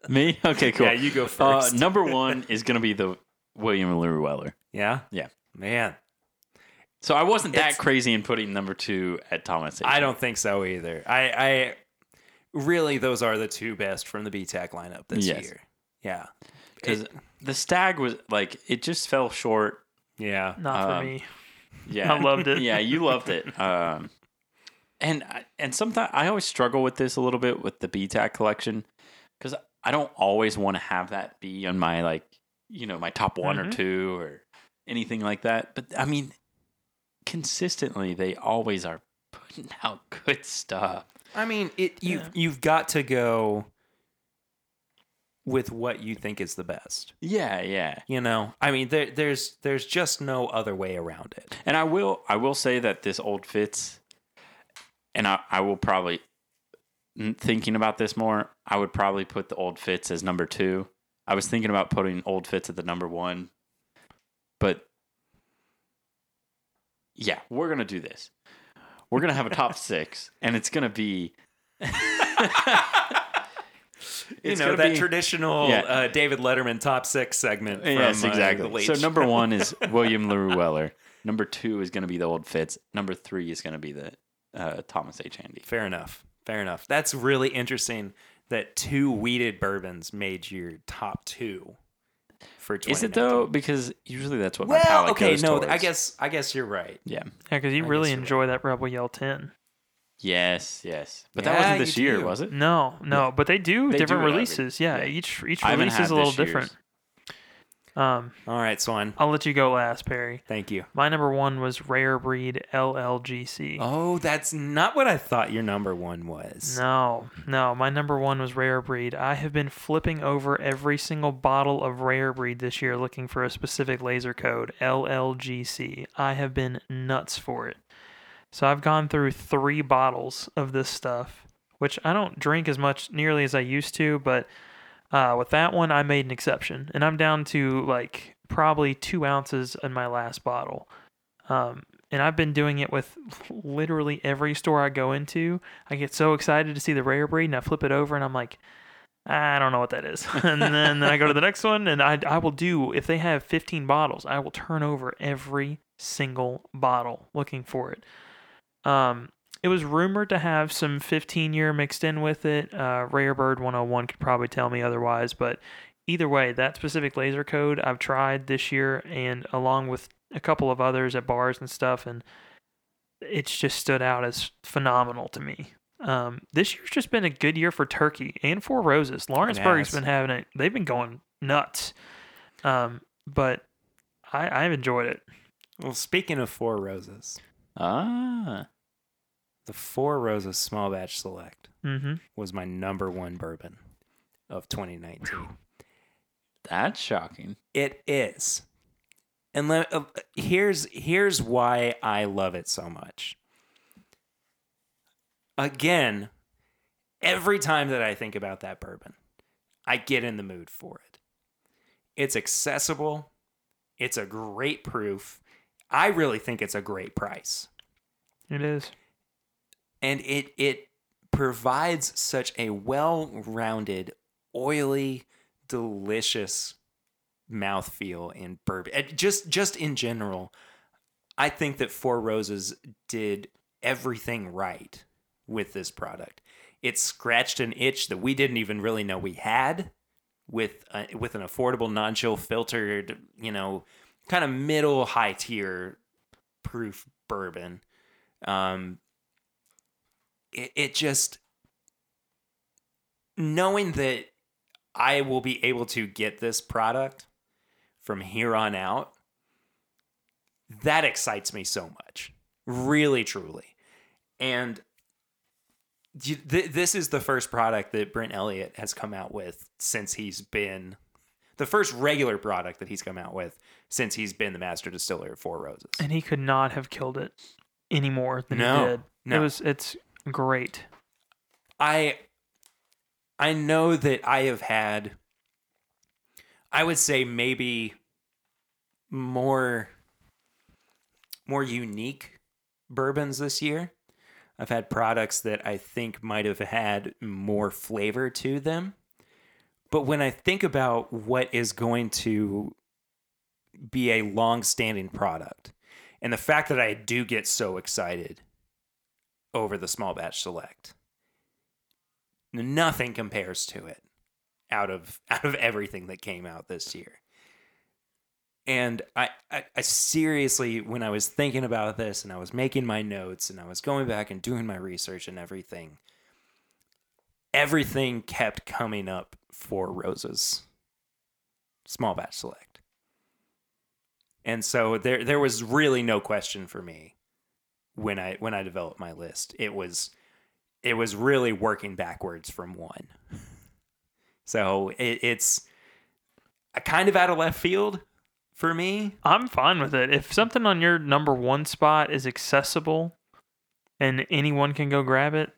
Speaker 2: Me? Okay, cool.
Speaker 1: Yeah, you go
Speaker 2: uh,
Speaker 1: first.
Speaker 2: number one is going to be the William Leroy Weller.
Speaker 1: Yeah?
Speaker 2: Yeah.
Speaker 1: Man,
Speaker 2: So I wasn't that
Speaker 1: It's-
Speaker 2: crazy in putting number two at Thomas. H.
Speaker 1: I don't think so either. I, I really, those are the two best from the BTAC lineup this
Speaker 2: Yes.
Speaker 1: year. Yeah.
Speaker 2: because
Speaker 1: It-
Speaker 2: the stag was like it just fell short.
Speaker 1: yeah.
Speaker 3: Not for
Speaker 2: Um,
Speaker 3: me.
Speaker 2: Yeah,
Speaker 3: I loved it.
Speaker 2: yeah, you loved it. Um, and I- and sometimes I always struggle with this a little bit with the BTAC collection because I don't always want to have that be on my like you know my top one or
Speaker 3: Mhm.
Speaker 2: two or anything like that. But I mean, consistently they always are putting out good stuff.
Speaker 1: I mean, it you
Speaker 3: Yeah.
Speaker 1: have you've got to go with what you think is the best.
Speaker 2: Yeah, yeah.
Speaker 1: You know, I mean, there, there's there's just no other way around it.
Speaker 2: And I will I will say that this old fits, and I, I will probably n- thinking about this more. I would probably put the old fits as number two. I was thinking about putting old fits at the number one, but yeah, we're gonna do this. We're gonna have a top six, and it's gonna be.
Speaker 1: you
Speaker 2: It's
Speaker 1: know
Speaker 2: gonna
Speaker 1: that
Speaker 2: be-
Speaker 1: traditional
Speaker 2: Yeah.
Speaker 1: uh, David Letterman top six segment. From,
Speaker 2: yes,
Speaker 1: uh,
Speaker 2: exactly.
Speaker 1: the Leach.
Speaker 2: so number one is William Larue Weller. Number two is going to be the old Fitz. Number three is going to be the uh, Thomas H. Handy.
Speaker 1: fair enough, fair enough. That's really interesting that two weeded bourbons made your top two for.
Speaker 2: Is it
Speaker 1: 2019.
Speaker 2: though? Because usually that's what my
Speaker 1: Well,
Speaker 2: palate
Speaker 1: okay,
Speaker 2: goes
Speaker 1: no,
Speaker 2: towards.
Speaker 1: I guess I guess you're right.
Speaker 2: Yeah.
Speaker 3: Yeah, because you
Speaker 1: I guess
Speaker 3: really
Speaker 1: you're right.
Speaker 3: enjoy that Rebel Yell 10.
Speaker 2: Yes. Yes. But
Speaker 1: Yeah,
Speaker 2: that wasn't this
Speaker 1: you
Speaker 2: year,
Speaker 1: do. Mm.
Speaker 2: was it?
Speaker 3: No, no, but they do
Speaker 2: They
Speaker 3: different
Speaker 2: do it every-
Speaker 3: releases. Yeah,
Speaker 2: yeah.
Speaker 3: each each
Speaker 2: I haven't
Speaker 3: release
Speaker 2: had
Speaker 3: is a little
Speaker 2: this year's.
Speaker 3: different. Um,
Speaker 1: All right, Swan.
Speaker 3: I'll let you go last, Perry.
Speaker 1: Thank you.
Speaker 3: My number one was Rare Breed LLGC.
Speaker 1: Oh, that's not what I thought your number one was.
Speaker 3: No, no, my number one was Rare Breed. I have been flipping over every single bottle of Rare Breed this year looking for a specific laser code, LLGC. I have been nuts for it. So I've gone through three bottles of this stuff, which I don't drink as much nearly as I used to, but uh, with that one, I made an exception. And I'm down to like probably two ounces in my last bottle. Um, and I've been doing it with literally every store I go into. I get so excited to see the rare breed and I flip it over and I'm like, I don't know what that is. and then, then I go to the next one and I, I will do, if they have 15 bottles, I will turn over every single bottle looking for it. Um, it was rumored to have some 15 year mixed in with it. Uh, Rare Bird 101 could probably tell me otherwise, but either way, that specific laser code I've tried this year and along with a couple of others at bars and stuff, and it's just stood out as phenomenal to me. Um, this year's just been a good year for turkey and for roses. Lawrenceburg's
Speaker 1: has.
Speaker 3: been having it; they've been going nuts. Um, but I, I've enjoyed it.
Speaker 1: Well, speaking of Four Roses,
Speaker 2: Ah.
Speaker 1: the Four Roses Small Batch Select
Speaker 3: Mm-hmm.
Speaker 1: was my number one bourbon of 2019.
Speaker 2: That's shocking.
Speaker 1: It is. And let, uh, here's here's why I love it so much. Again, every time that I think about that bourbon, I get in the mood for it. It's accessible. It's a great proof. I really think it's a great price.
Speaker 3: It is.
Speaker 1: and it it provides such a well-rounded, oily, delicious mouthfeel in bourbon. Uh, Just just in general, I think that Four Roses did everything right with this product. It scratched an itch that we didn't even really know we had with uh, with an affordable non-chill filtered, you know, kind of middle high tier proof bourbon. Um, it, it just knowing that I will be able to get this product from here on out, that excites me so much. Really, truly. And you, th- this is the first product that Brent Elliott has come out with since he's been the first regular product that he's come out with since he's been the master distiller of Four Roses.
Speaker 3: and he could not have killed it any more than
Speaker 1: No,
Speaker 3: he did.
Speaker 1: no.
Speaker 3: It was it's great.
Speaker 1: I I know that I have had I would say maybe more more unique bourbons this year. I've had products that I think might have had more flavor to them. But when I think about what is going to be a long standing product and the fact that I do get so excited over the small batch select, nothing compares to it out of out of everything that came out this year. And I, I, I seriously, when I was thinking about this and I was making my notes and I was going back and doing my research and everything, everything kept coming up for Rose's small batch select. And so there there was really no question for me when I when I developed my list. It was it was really working backwards from one. So it, it's a kind of out of left field for me.
Speaker 3: I'm fine with it. If something on your number one spot is accessible and anyone can go grab it,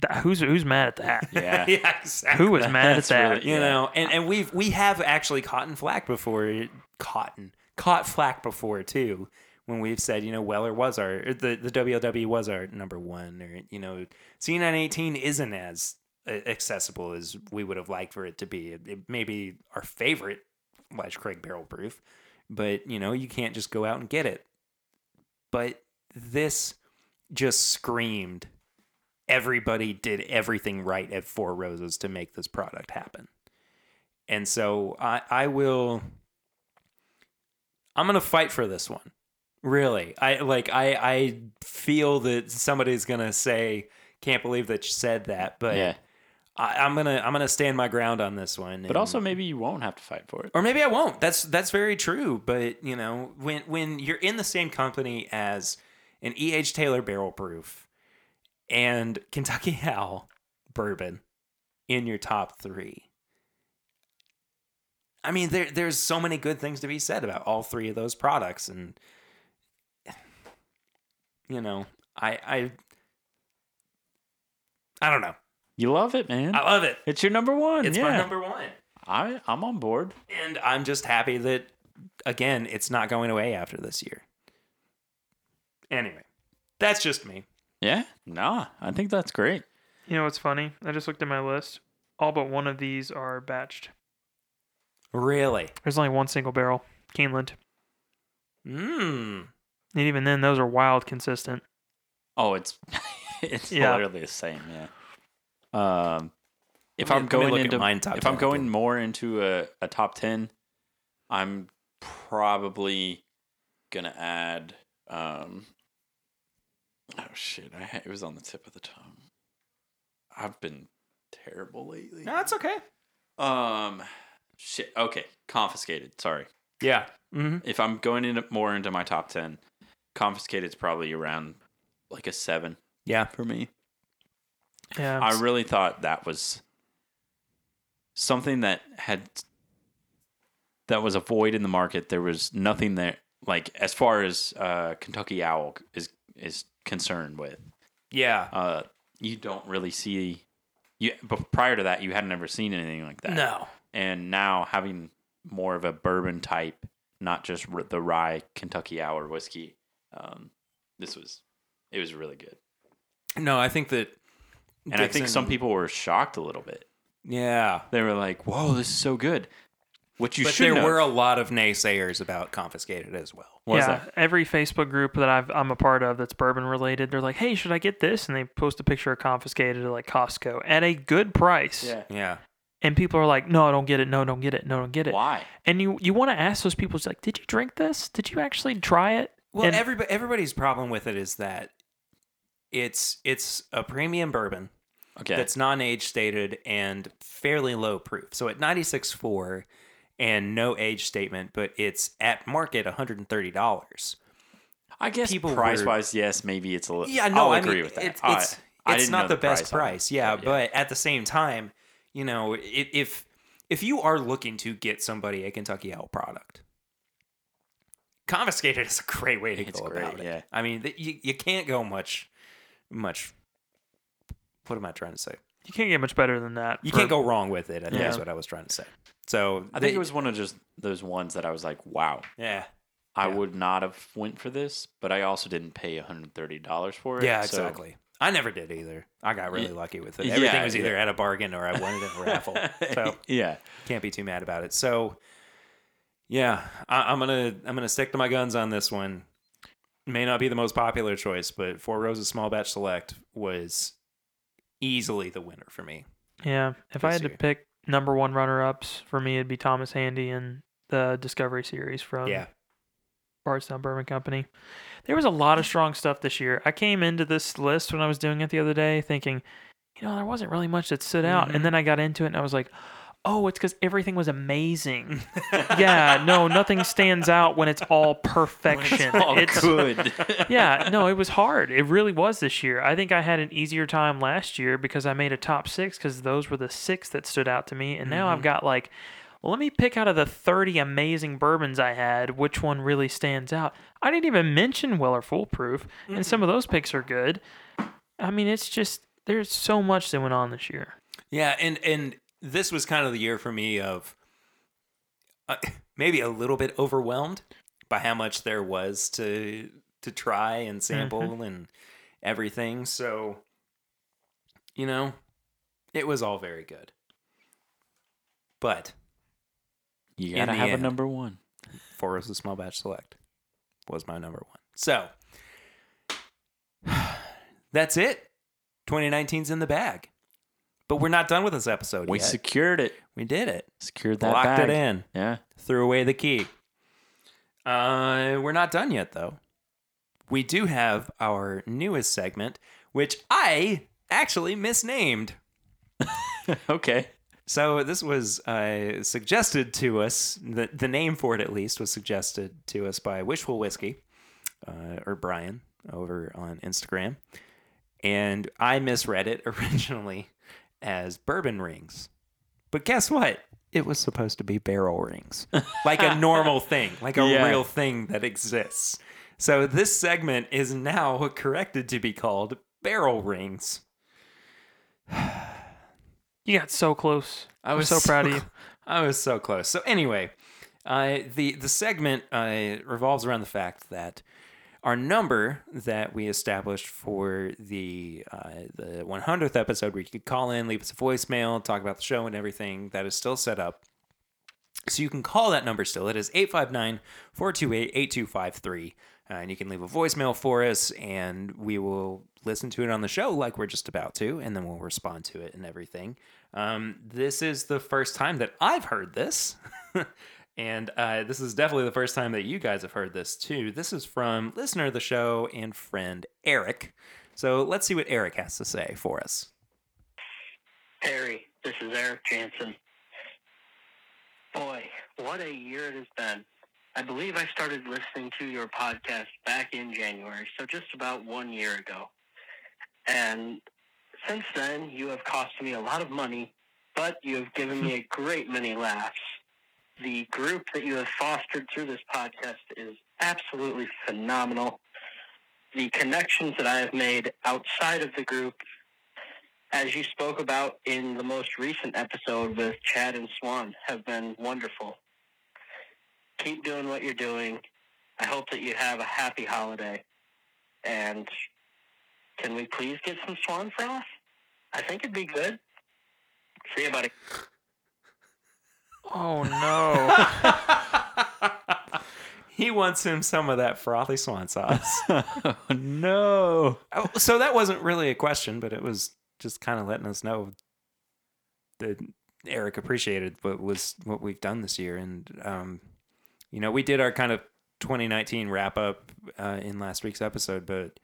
Speaker 3: that, who's who's mad at that?
Speaker 2: Yeah.
Speaker 1: exactly.
Speaker 3: Who was mad at
Speaker 2: That's
Speaker 3: that?
Speaker 2: really-
Speaker 1: you
Speaker 2: Yeah.
Speaker 1: know, and, and we've we have actually caught in flack before cotton caught flack before too when we've said you know Weller was our or the the WLW was our number one or you know C nine eighteen isn't as uh, accessible as we would have liked for it to be. It, it may be our favorite Wedge Craig barrel proof, but you know you can't just go out and get it. But this just screamed everybody did everything right at Four Roses to make this product happen. And so I, I will I'm gonna fight for this one. Really. I like I I feel that somebody's gonna say, Can't believe that you said that, but
Speaker 2: yeah.
Speaker 1: I, I'm gonna I'm gonna stand my ground on this one.
Speaker 2: But
Speaker 1: and-
Speaker 2: also, maybe you won't have to fight for it.
Speaker 1: or maybe I won't. That's that's very true. But you know, when when you're in the same company as an E. H. Taylor Barrel Proof and Kentucky Owl Bourbon in your top three, I mean, there there's so many good things to be said about all three of those products, and you know, I I I don't know.
Speaker 2: You love it, man.
Speaker 1: I love it.
Speaker 2: it's your number one.
Speaker 1: It's
Speaker 2: yeah.
Speaker 1: my number one.
Speaker 2: I, I'm on board.
Speaker 1: And I'm just happy that, again, it's not going away after this year. Anyway, that's just me.
Speaker 2: Yeah. Nah, I think that's great.
Speaker 3: You know what's funny? I just looked at my list. All but one of these are batched.
Speaker 1: Really?
Speaker 3: There's only one single barrel, Keeneland.
Speaker 1: Mmm.
Speaker 3: And even then, those are wild consistent.
Speaker 2: Oh, it's it's
Speaker 3: Yeah.
Speaker 2: literally the same. Yeah. Um, if
Speaker 1: Let me- let
Speaker 2: I'm
Speaker 1: me
Speaker 2: going
Speaker 1: look at
Speaker 2: into
Speaker 1: mine top
Speaker 2: if I'm
Speaker 1: 10
Speaker 2: going
Speaker 1: again.
Speaker 2: more into a, a top ten, I'm probably gonna add. Um, oh shit! I ha- it was on the tip of the tongue. I've been terrible lately.
Speaker 1: No, it's okay.
Speaker 2: Um, shit. Okay, confiscated. Sorry.
Speaker 1: Yeah. Mm-hmm.
Speaker 2: If I'm going into more into my top ten, confiscated's probably around like a seven
Speaker 1: Yeah.
Speaker 2: for me.
Speaker 3: Yeah.
Speaker 2: I really thought that was something that had that was a void in the market. There was nothing there, like as far as uh, Kentucky Owl is is concerned with.
Speaker 1: Yeah.
Speaker 2: Uh, you don't really see you. But prior to that, you had never seen anything like that.
Speaker 1: No.
Speaker 2: And now having more of a bourbon type, not just r- the rye Kentucky Hour whiskey. Um, this was it was really good,
Speaker 1: No, I think that.
Speaker 2: and I think some people were shocked a little bit.
Speaker 1: Yeah.
Speaker 2: they were like, "Whoa, this is so good." What you
Speaker 1: but
Speaker 2: should
Speaker 1: there
Speaker 2: know
Speaker 1: were a lot of naysayers about confiscated as well.
Speaker 2: was
Speaker 3: yeah,
Speaker 2: that
Speaker 3: every Facebook group that I've, I'm a part of that's bourbon related, they're like, "Hey, should I get this?" And they post a picture of confiscated at like Costco at a good price,
Speaker 1: Yeah.
Speaker 3: and people are like, "No, don't get it. No, don't get it. No, don't get it."
Speaker 2: why?
Speaker 3: And you you want to ask those people, it's like, "Did you drink this? Did you actually try it?"
Speaker 1: Well,
Speaker 3: And-
Speaker 1: everybody everybody's problem with it is that it's it's a premium bourbon.
Speaker 2: Okay,
Speaker 1: that's non-age stated and fairly low proof. So at 96.4 and no age statement, but it's at market $130.
Speaker 2: I guess
Speaker 1: people were-
Speaker 2: price wise, yes, maybe it's a little.
Speaker 1: Yeah, no,
Speaker 2: I'll
Speaker 1: I
Speaker 2: agree
Speaker 1: mean,
Speaker 2: with that.
Speaker 1: It's,
Speaker 2: I-
Speaker 1: it's,
Speaker 2: I
Speaker 1: it's
Speaker 2: didn't know
Speaker 1: not the, best
Speaker 2: on it,
Speaker 1: price. Yeah,
Speaker 2: yeah.
Speaker 1: but at the same time, you know, i- if if you are looking to get somebody a Kentucky Owl product, confiscated is a great way to
Speaker 2: It's
Speaker 1: go
Speaker 2: great,
Speaker 1: about it.
Speaker 2: yeah.
Speaker 1: I mean, th- you, you can't go much, much. What am I trying to say?
Speaker 3: you can't get much better than that.
Speaker 1: You
Speaker 3: for-
Speaker 1: can't go wrong with it. I think
Speaker 2: Yeah.
Speaker 1: that's what I was trying to say. So
Speaker 2: I think
Speaker 1: they-
Speaker 2: it was one of just those ones that I was like, "Wow,
Speaker 1: yeah,
Speaker 2: I
Speaker 1: Yeah.
Speaker 2: would not have went for this, but I also didn't pay $130 for it.
Speaker 1: Yeah,
Speaker 2: so-
Speaker 1: exactly. I never did either. I got really
Speaker 2: Y-
Speaker 1: lucky with it.
Speaker 2: yeah,
Speaker 1: Everything was either
Speaker 2: yeah.
Speaker 1: at a bargain or I won it in a raffle. So
Speaker 2: yeah.
Speaker 1: can't be too mad about it. So yeah, I, I'm gonna I'm gonna stick to my guns on this one. May not be the most popular choice, but Four Roses Small Batch Select was easily the winner for me.
Speaker 3: Yeah. If I
Speaker 1: This
Speaker 3: had to
Speaker 1: year.
Speaker 3: pick number one runner ups for me, it'd be Thomas Handy and the Discovery series from
Speaker 1: yeah,
Speaker 3: Bardstown Bourbon Company. There was a lot of strong stuff this year. I came into this list when I was doing it the other day thinking, you know, there wasn't really much that stood out.
Speaker 1: Mhm.
Speaker 3: And then I got into it and I was like, oh, it's because everything was amazing. yeah, no, nothing stands out when it's all perfection.
Speaker 2: All
Speaker 3: It's-
Speaker 2: good.
Speaker 3: yeah, no, it was hard. It really was this year. I think I had an easier time last year because I made a top six because those were the six that stood out to me. And now I've got like, well, let me pick out of the 30 amazing bourbons I had, which one really stands out. I didn't even mention Weller Foolproof, and some of those picks are good. I mean, it's just, there's so much that went on this year.
Speaker 1: yeah, and and this was kind of the year for me of uh, maybe a little bit overwhelmed by how much there was to to try and sample and everything. So you know, it was all very good, but.
Speaker 2: You
Speaker 1: In
Speaker 2: got to
Speaker 1: the
Speaker 2: have
Speaker 1: end.
Speaker 2: a number one.
Speaker 1: Four Roses Small Batch Select was my number one. So that's it. 2019's in the bag. But we're not done with this episode
Speaker 2: We
Speaker 1: yet.
Speaker 2: secured it.
Speaker 1: we did it.
Speaker 2: Secured that
Speaker 1: Locked
Speaker 2: bag.
Speaker 1: it in.
Speaker 2: Yeah.
Speaker 1: Threw away the key. Uh, we're not done yet, though. We do have our newest segment, which I actually misnamed.
Speaker 2: Okay.
Speaker 1: So this was uh, suggested to us. The, the name for it, at least, was suggested to us by Wishful Whiskey uh, or Brian over on Instagram, and I misread it originally as bourbon rings. But guess what? It was supposed to be barrel rings, like a normal thing, like a
Speaker 2: Yeah.
Speaker 1: real thing that exists. So this segment is now corrected to be called barrel rings.
Speaker 3: You got so close.
Speaker 1: I
Speaker 3: I'm
Speaker 1: was
Speaker 3: so,
Speaker 1: so
Speaker 3: proud of you.
Speaker 1: I was so close. So anyway, uh, the the segment uh, revolves around the fact that our number that we established for the uh, the 100th episode, where you could call in, leave us a voicemail, talk about the show and everything, that is still set up. So you can call that number still. It is 859 428 8253. Uh, And you can leave a voicemail for us, and we will listen to it on the show like we're just about to, and then we'll respond to it and everything. Um, this is the first time that I've heard this. and uh, this is definitely the first time that you guys have heard this, too. This is from listener of the show and friend Eric. So let's see what Eric has to say for us.
Speaker 4: Terry, this is Eric Jansen. Boy, what a year it has been. I believe I started listening to your podcast back in January, so just about one year ago. And since then, you have cost me a lot of money, but you have given me a great many laughs. The group that you have fostered through this podcast is absolutely phenomenal. The connections that I have made outside of the group as you spoke about in the most recent episode with Chad and Swan, have been wonderful. Keep doing what you're doing. I hope that you have a happy holiday. And can we please get some Swan Froth? I think it'd be good. See you, buddy.
Speaker 3: Oh, no.
Speaker 1: He wants him some of that frothy swan sauce.
Speaker 2: Oh, no.
Speaker 1: Oh, so that wasn't really a question, but it was just kind of letting us know that Eric appreciated what was what we've done this year, and um, you know, we did our kind of 2019 wrap up uh, in last week's episode, but.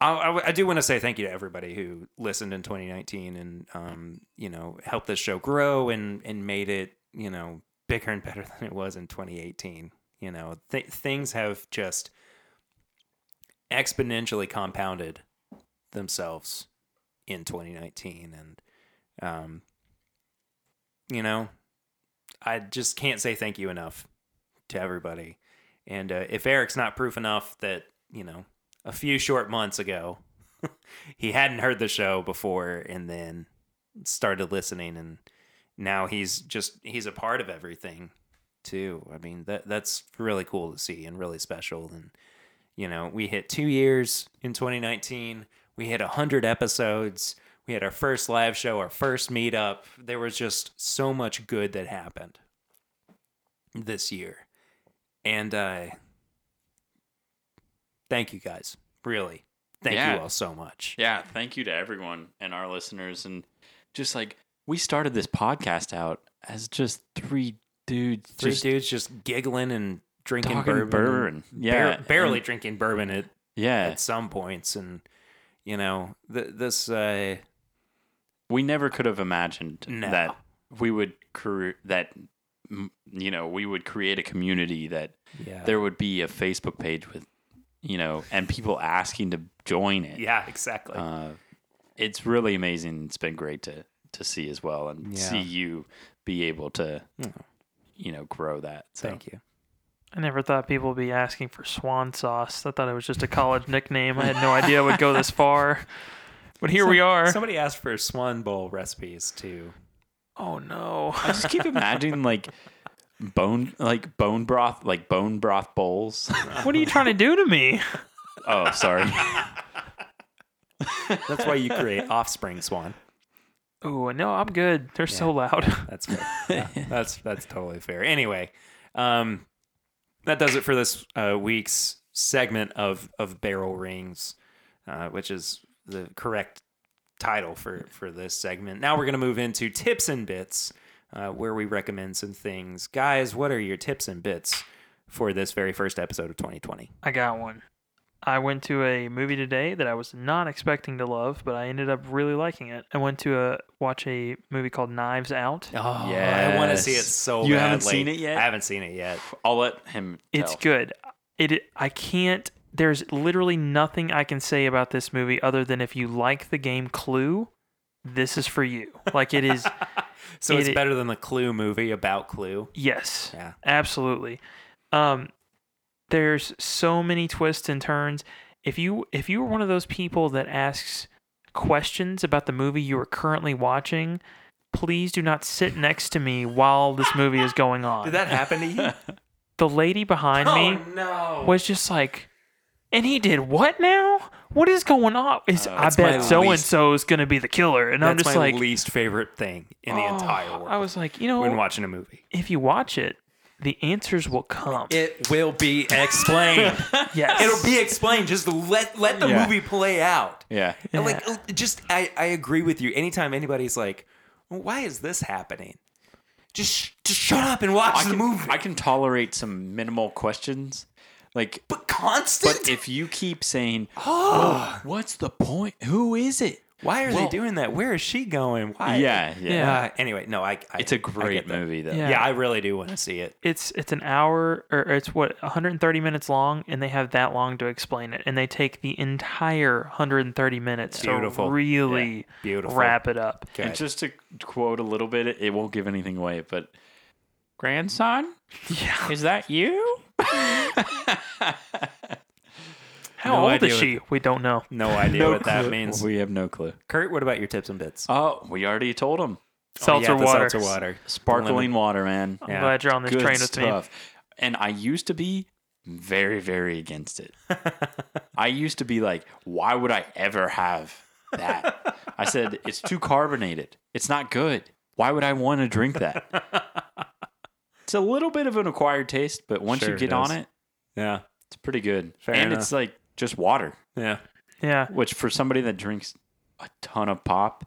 Speaker 1: I- I, w- I do want to say thank you to everybody who listened in 2019 and um, you know helped this show grow and and made it you know bigger and better than it was in 2018. You know th- things have just exponentially compounded themselves in 2019 and um you know i just can't say thank you enough to everybody and uh, if eric's not proof enough that you know a few short months ago he hadn't heard the show before and then started listening and now he's just he's a part of everything too. I mean, that that's really cool to see and really special. And you know, we hit two years in 2019. We hit hundred episodes. We had our first live show, our first meetup. There was just so much good that happened this year, and uh, thank you guys. Really, thank
Speaker 2: Yeah.
Speaker 1: you all so much.
Speaker 2: Yeah, thank you to everyone and our listeners. And just like we started this podcast out as just three dudes,
Speaker 1: Three
Speaker 2: just
Speaker 1: dudes just giggling and drinking
Speaker 2: talking
Speaker 1: bourbon.
Speaker 2: bourbon. Yeah,
Speaker 1: Bar- barely
Speaker 2: and-
Speaker 1: drinking bourbon at
Speaker 2: yeah,
Speaker 1: at some points and you know th- this uh
Speaker 2: we never could have imagined
Speaker 1: No.
Speaker 2: that we would cre- that m- you know we would create a community that
Speaker 1: yeah
Speaker 2: there would be a Facebook page with you know and people asking to join it.
Speaker 1: yeah exactly
Speaker 2: uh, it's really amazing. It's been great to to see as well and
Speaker 1: Yeah.
Speaker 2: see you be able to
Speaker 1: Yeah.
Speaker 2: you know grow that. So.
Speaker 1: thank you
Speaker 3: I never thought people would be asking for swan sauce. I thought it was just a college nickname. I had no idea it would go this far. But here we are.
Speaker 1: somebody asked for swan bowl recipes too
Speaker 3: Oh no.
Speaker 2: I just keep imagining like bone like bone broth like bone broth bowls.
Speaker 3: What are you trying to do to me?
Speaker 2: oh, sorry.
Speaker 1: that's why you create offspring swan
Speaker 3: Oh, no, I'm good. They're so loud.
Speaker 1: that's fair Yeah, that's that's totally fair anyway um that does it for this uh week's segment of of barrel rings uh which is the correct title for for this segment. Now we're going to move into tips and bits, uh, where we recommend some things. Guys, what are your tips and bits for this very first episode of 2020?
Speaker 3: I got one. I went to a movie today that I was not expecting to love, but I ended up really liking it. I went to a, watch a movie called Knives Out.
Speaker 1: Oh, I want to see it
Speaker 2: Yes.
Speaker 1: so.
Speaker 2: You haven't
Speaker 1: badly.
Speaker 2: seen it yet?
Speaker 1: I haven't seen it yet.
Speaker 2: I'll let him.
Speaker 3: It's
Speaker 2: tell.
Speaker 3: good. It I can't there's literally nothing I can say about this movie other than if you like the game Clue, this is for you. Like it is
Speaker 1: So it's
Speaker 3: It-
Speaker 1: better than the Clue movie about Clue.
Speaker 3: yes.
Speaker 1: Yeah.
Speaker 3: Absolutely. Um there's so many twists and turns. If you if you were one of those people that asks questions about the movie you are currently watching, please do not sit next to me while this movie is going on.
Speaker 1: Did that happen to you? Oh,
Speaker 3: the lady behind me
Speaker 1: no.
Speaker 3: was just like, and he did what now? What is going on? Is
Speaker 2: Uh,
Speaker 3: I
Speaker 1: that's my
Speaker 3: bet so and
Speaker 1: least-
Speaker 3: so is gonna be the killer, and
Speaker 1: That's
Speaker 3: I'm just
Speaker 1: my
Speaker 3: like,
Speaker 1: least favorite thing in the
Speaker 3: "Oh,"
Speaker 1: entire world.
Speaker 3: I was like, you
Speaker 1: when
Speaker 3: know,
Speaker 1: watching a movie.
Speaker 3: if you watch it, the answers will come.
Speaker 1: It will be explained.
Speaker 3: yes,
Speaker 1: It'll be explained. Just let let the
Speaker 2: Yeah.
Speaker 1: movie play out.
Speaker 2: Yeah.
Speaker 1: And, Like uh, just I, I agree with you. Anytime anybody's like, well, why is this happening? Just sh- just shut up and watch
Speaker 2: I
Speaker 1: the
Speaker 2: can,
Speaker 1: movie.
Speaker 2: I can tolerate some minimal questions. Like
Speaker 1: but constant.
Speaker 2: but if you keep saying,
Speaker 1: oh,
Speaker 2: "What's the point? Who is it?"
Speaker 1: why are they
Speaker 2: well-
Speaker 1: doing that? Where is she going? Why?
Speaker 2: Yeah, yeah.
Speaker 3: Yeah.
Speaker 1: Uh, anyway, no, I. I
Speaker 2: It's a
Speaker 1: I get
Speaker 2: great
Speaker 1: that.
Speaker 2: movie though.
Speaker 1: Yeah.
Speaker 3: Yeah.
Speaker 1: I really do want to see it.
Speaker 3: It's it's an hour or or it's what 130 minutes long, and they have that long to explain it, and they take the entire 130 minutes
Speaker 1: Beautiful.
Speaker 3: to really
Speaker 1: Beautiful.
Speaker 3: wrap it up.
Speaker 1: Okay.
Speaker 2: And just to quote a little bit, it won't give anything away, but grandson,
Speaker 3: Yeah,
Speaker 2: is that you?
Speaker 3: how
Speaker 1: No
Speaker 3: old
Speaker 1: idea
Speaker 3: is
Speaker 1: what- Oh,
Speaker 3: she? we don't know.
Speaker 1: no idea what that
Speaker 2: clue.
Speaker 1: means.
Speaker 2: We have no clue.
Speaker 1: Kurt, what about your tips and bits?
Speaker 2: Oh, we already told him.
Speaker 3: Seltzer
Speaker 1: yeah, the
Speaker 3: water.
Speaker 1: Seltzer water.
Speaker 2: Sparkling water, man.
Speaker 3: I'm
Speaker 1: Yeah.
Speaker 3: glad you're on this
Speaker 2: Good
Speaker 3: train with me.
Speaker 2: stuff. And I used to be very, very against it. I used to be like, why would I ever have that? I said, it's too carbonated. It's not good. Why would I want to drink that? It's a little bit of an acquired taste, but once
Speaker 1: Sure
Speaker 2: you
Speaker 1: it
Speaker 2: get on
Speaker 1: is.
Speaker 2: it,
Speaker 1: Yeah.
Speaker 2: it's pretty good.
Speaker 1: Fair
Speaker 2: and
Speaker 1: enough.
Speaker 2: it's like just water,
Speaker 1: Yeah.
Speaker 3: Yeah,
Speaker 2: which for somebody that drinks a ton of pop,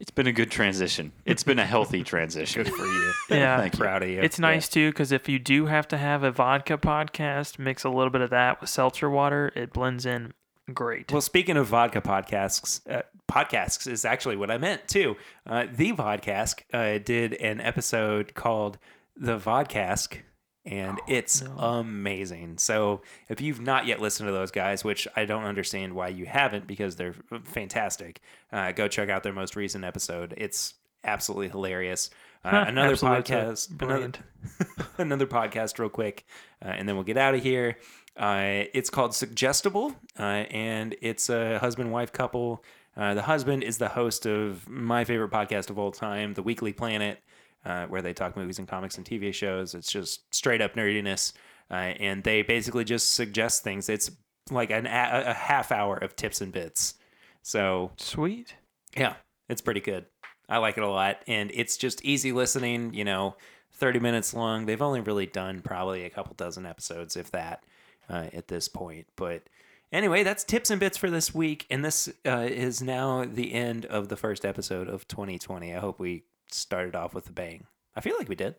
Speaker 2: it's been a good transition. It's been a healthy transition.
Speaker 1: Good for you.
Speaker 3: yeah.
Speaker 2: Thank you.
Speaker 1: Proud of you.
Speaker 3: It's nice too because if you do have to have a vodka podcast, mix a little bit of that with seltzer water. It blends in great.
Speaker 1: Well, speaking of vodka podcasts, uh, podcasts is actually what I meant too. Uh, the podcast uh, did an episode called "The Vodcast," and
Speaker 3: Oh,
Speaker 1: it's amazing. So, if you've not yet listened to those guys, which I don't understand why you haven't, because they're fantastic, uh, go check out their most recent episode. It's absolutely hilarious. Uh, another
Speaker 3: Absolute
Speaker 1: podcast, another,
Speaker 3: brilliant.
Speaker 1: another podcast real quick, uh, and then we'll get out of here. Uh, it's called Suggestible, uh, and it's a husband wife couple. Uh, the husband is the host of my favorite podcast of all time, The Weekly Planet. uh, where they talk movies and comics and TV shows. It's just straight up nerdiness, uh, and they basically just suggest things. It's like an a, a half hour of tips and bits. So
Speaker 3: Sweet.
Speaker 1: yeah, it's pretty good. I like it a lot, and it's just easy listening. You know, thirty minutes long. They've only really done probably a couple dozen episodes, if that, uh, at this point. But anyway, that's tips and bits for this week, and this uh, is now the end of the first episode of 2020. I hope we started off with a bang. I feel like we did.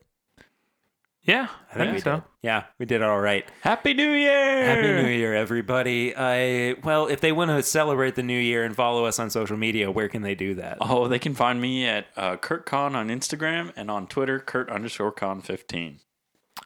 Speaker 3: Yeah,
Speaker 1: I think we did. Yeah, we did all right.
Speaker 2: Happy New Year!
Speaker 1: Happy New Year, everybody. I well, if they want to celebrate the new year and follow us on social media, where can they do that?
Speaker 2: Oh, they can find me at uh, Kurt Con on Instagram and on Twitter, Kurt underscore Con 15.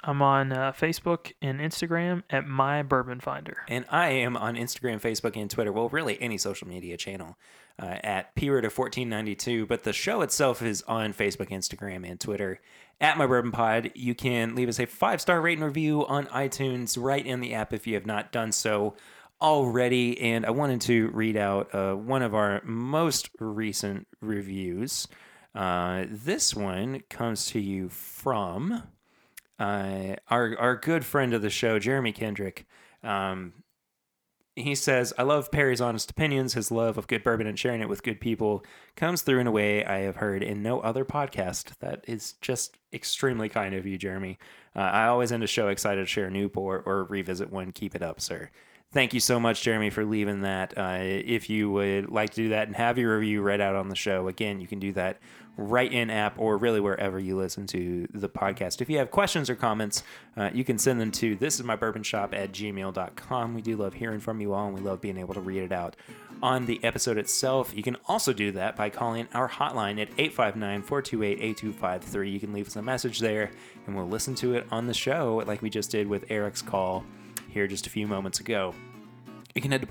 Speaker 3: I'm on uh, Facebook and Instagram at my Bourbon Finder.
Speaker 1: And I am on Instagram, Facebook, and Twitter. Well, really any social media channel uh, at period of 1492. But the show itself is on Facebook, Instagram, and Twitter at My Bourbon Pod. You can leave us a five star rating review on iTunes right in the app if you have not done so already. And I wanted to read out uh, one of our most recent reviews. Uh, this one comes to you from uh, our our good friend of the show, Jeremy Kendrick. Um, he says, "I love Perry's honest opinions. His love of good bourbon and sharing it with good people comes through in a way I have heard in no other podcast. That is just extremely kind of you, Jeremy. Uh, I always end a show excited to share a new pour or revisit one. Keep it up, sir." Thank you so much, Jeremy, for leaving that. Uh, if you would like to do that and have your review read out on the show, again, you can do that right in app or really wherever you listen to the podcast. If you have questions or comments, uh, you can send them to this is my bourbon shop at gmail.com. We do love hearing from you all and we love being able to read it out on the episode itself. You can also do that by calling our hotline at 859 428 8253. You can leave us a message there and we'll listen to it on the show like we just did with Eric's call here just a few moments ago. You can head to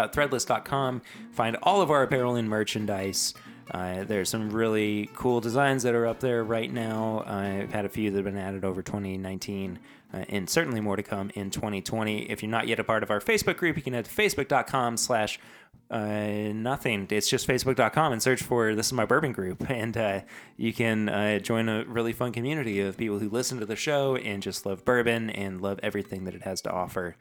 Speaker 1: bourbonshop.threadless.com, find all of our apparel and merchandise. Uh, there's some really cool designs that are up there right now. I've had a few that have been added over 2019, uh, and certainly more to come in 2020. If you're not yet a part of our Facebook group, you can head to facebook.com slash uh, nothing. It's just facebook.com and search for This Is My Bourbon Group. And uh, you can uh, join a really fun community of people who listen to the show and just love bourbon and love everything that it has to offer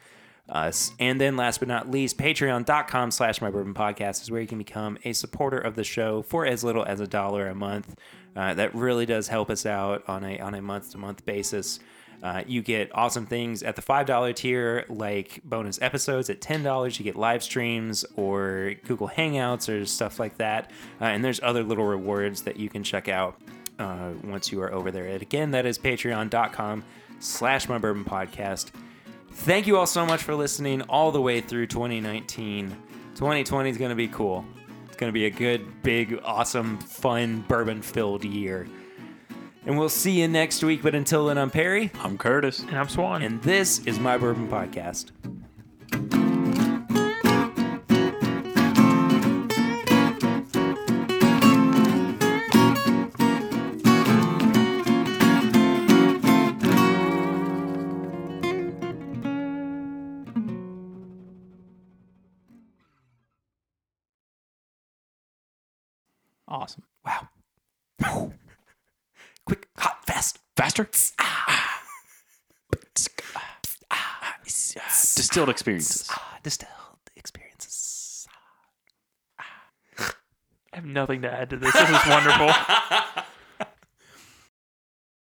Speaker 1: us. And then last but not least, patreon.com slash my bourbon podcast is where you can become a supporter of the show for as little as a dollar a month. Uh, that really does help us out on a on a month to month basis. Uh, you get awesome things at the $5 tier, like bonus episodes. At $10, you get live streams or Google Hangouts or stuff like that. Uh, and there's other little rewards that you can check out uh, once you are over there. And again, that is patreon.com slash my bourbon podcast. Thank you all so much for listening all the way through 2019. 2020 is going to be cool. It's going to be a good, big, awesome, fun, bourbon filled year. And we'll see you next week. But until then, I'm Perry.
Speaker 2: I'm Curtis.
Speaker 3: And I'm Swan.
Speaker 1: And this is my bourbon podcast.
Speaker 2: Awesome.
Speaker 1: Wow. Quick, hot, fast.
Speaker 2: Faster. Ah. Ah. Distilled experiences.
Speaker 1: Ah, distilled experiences.
Speaker 3: I have nothing to add to this. This is wonderful.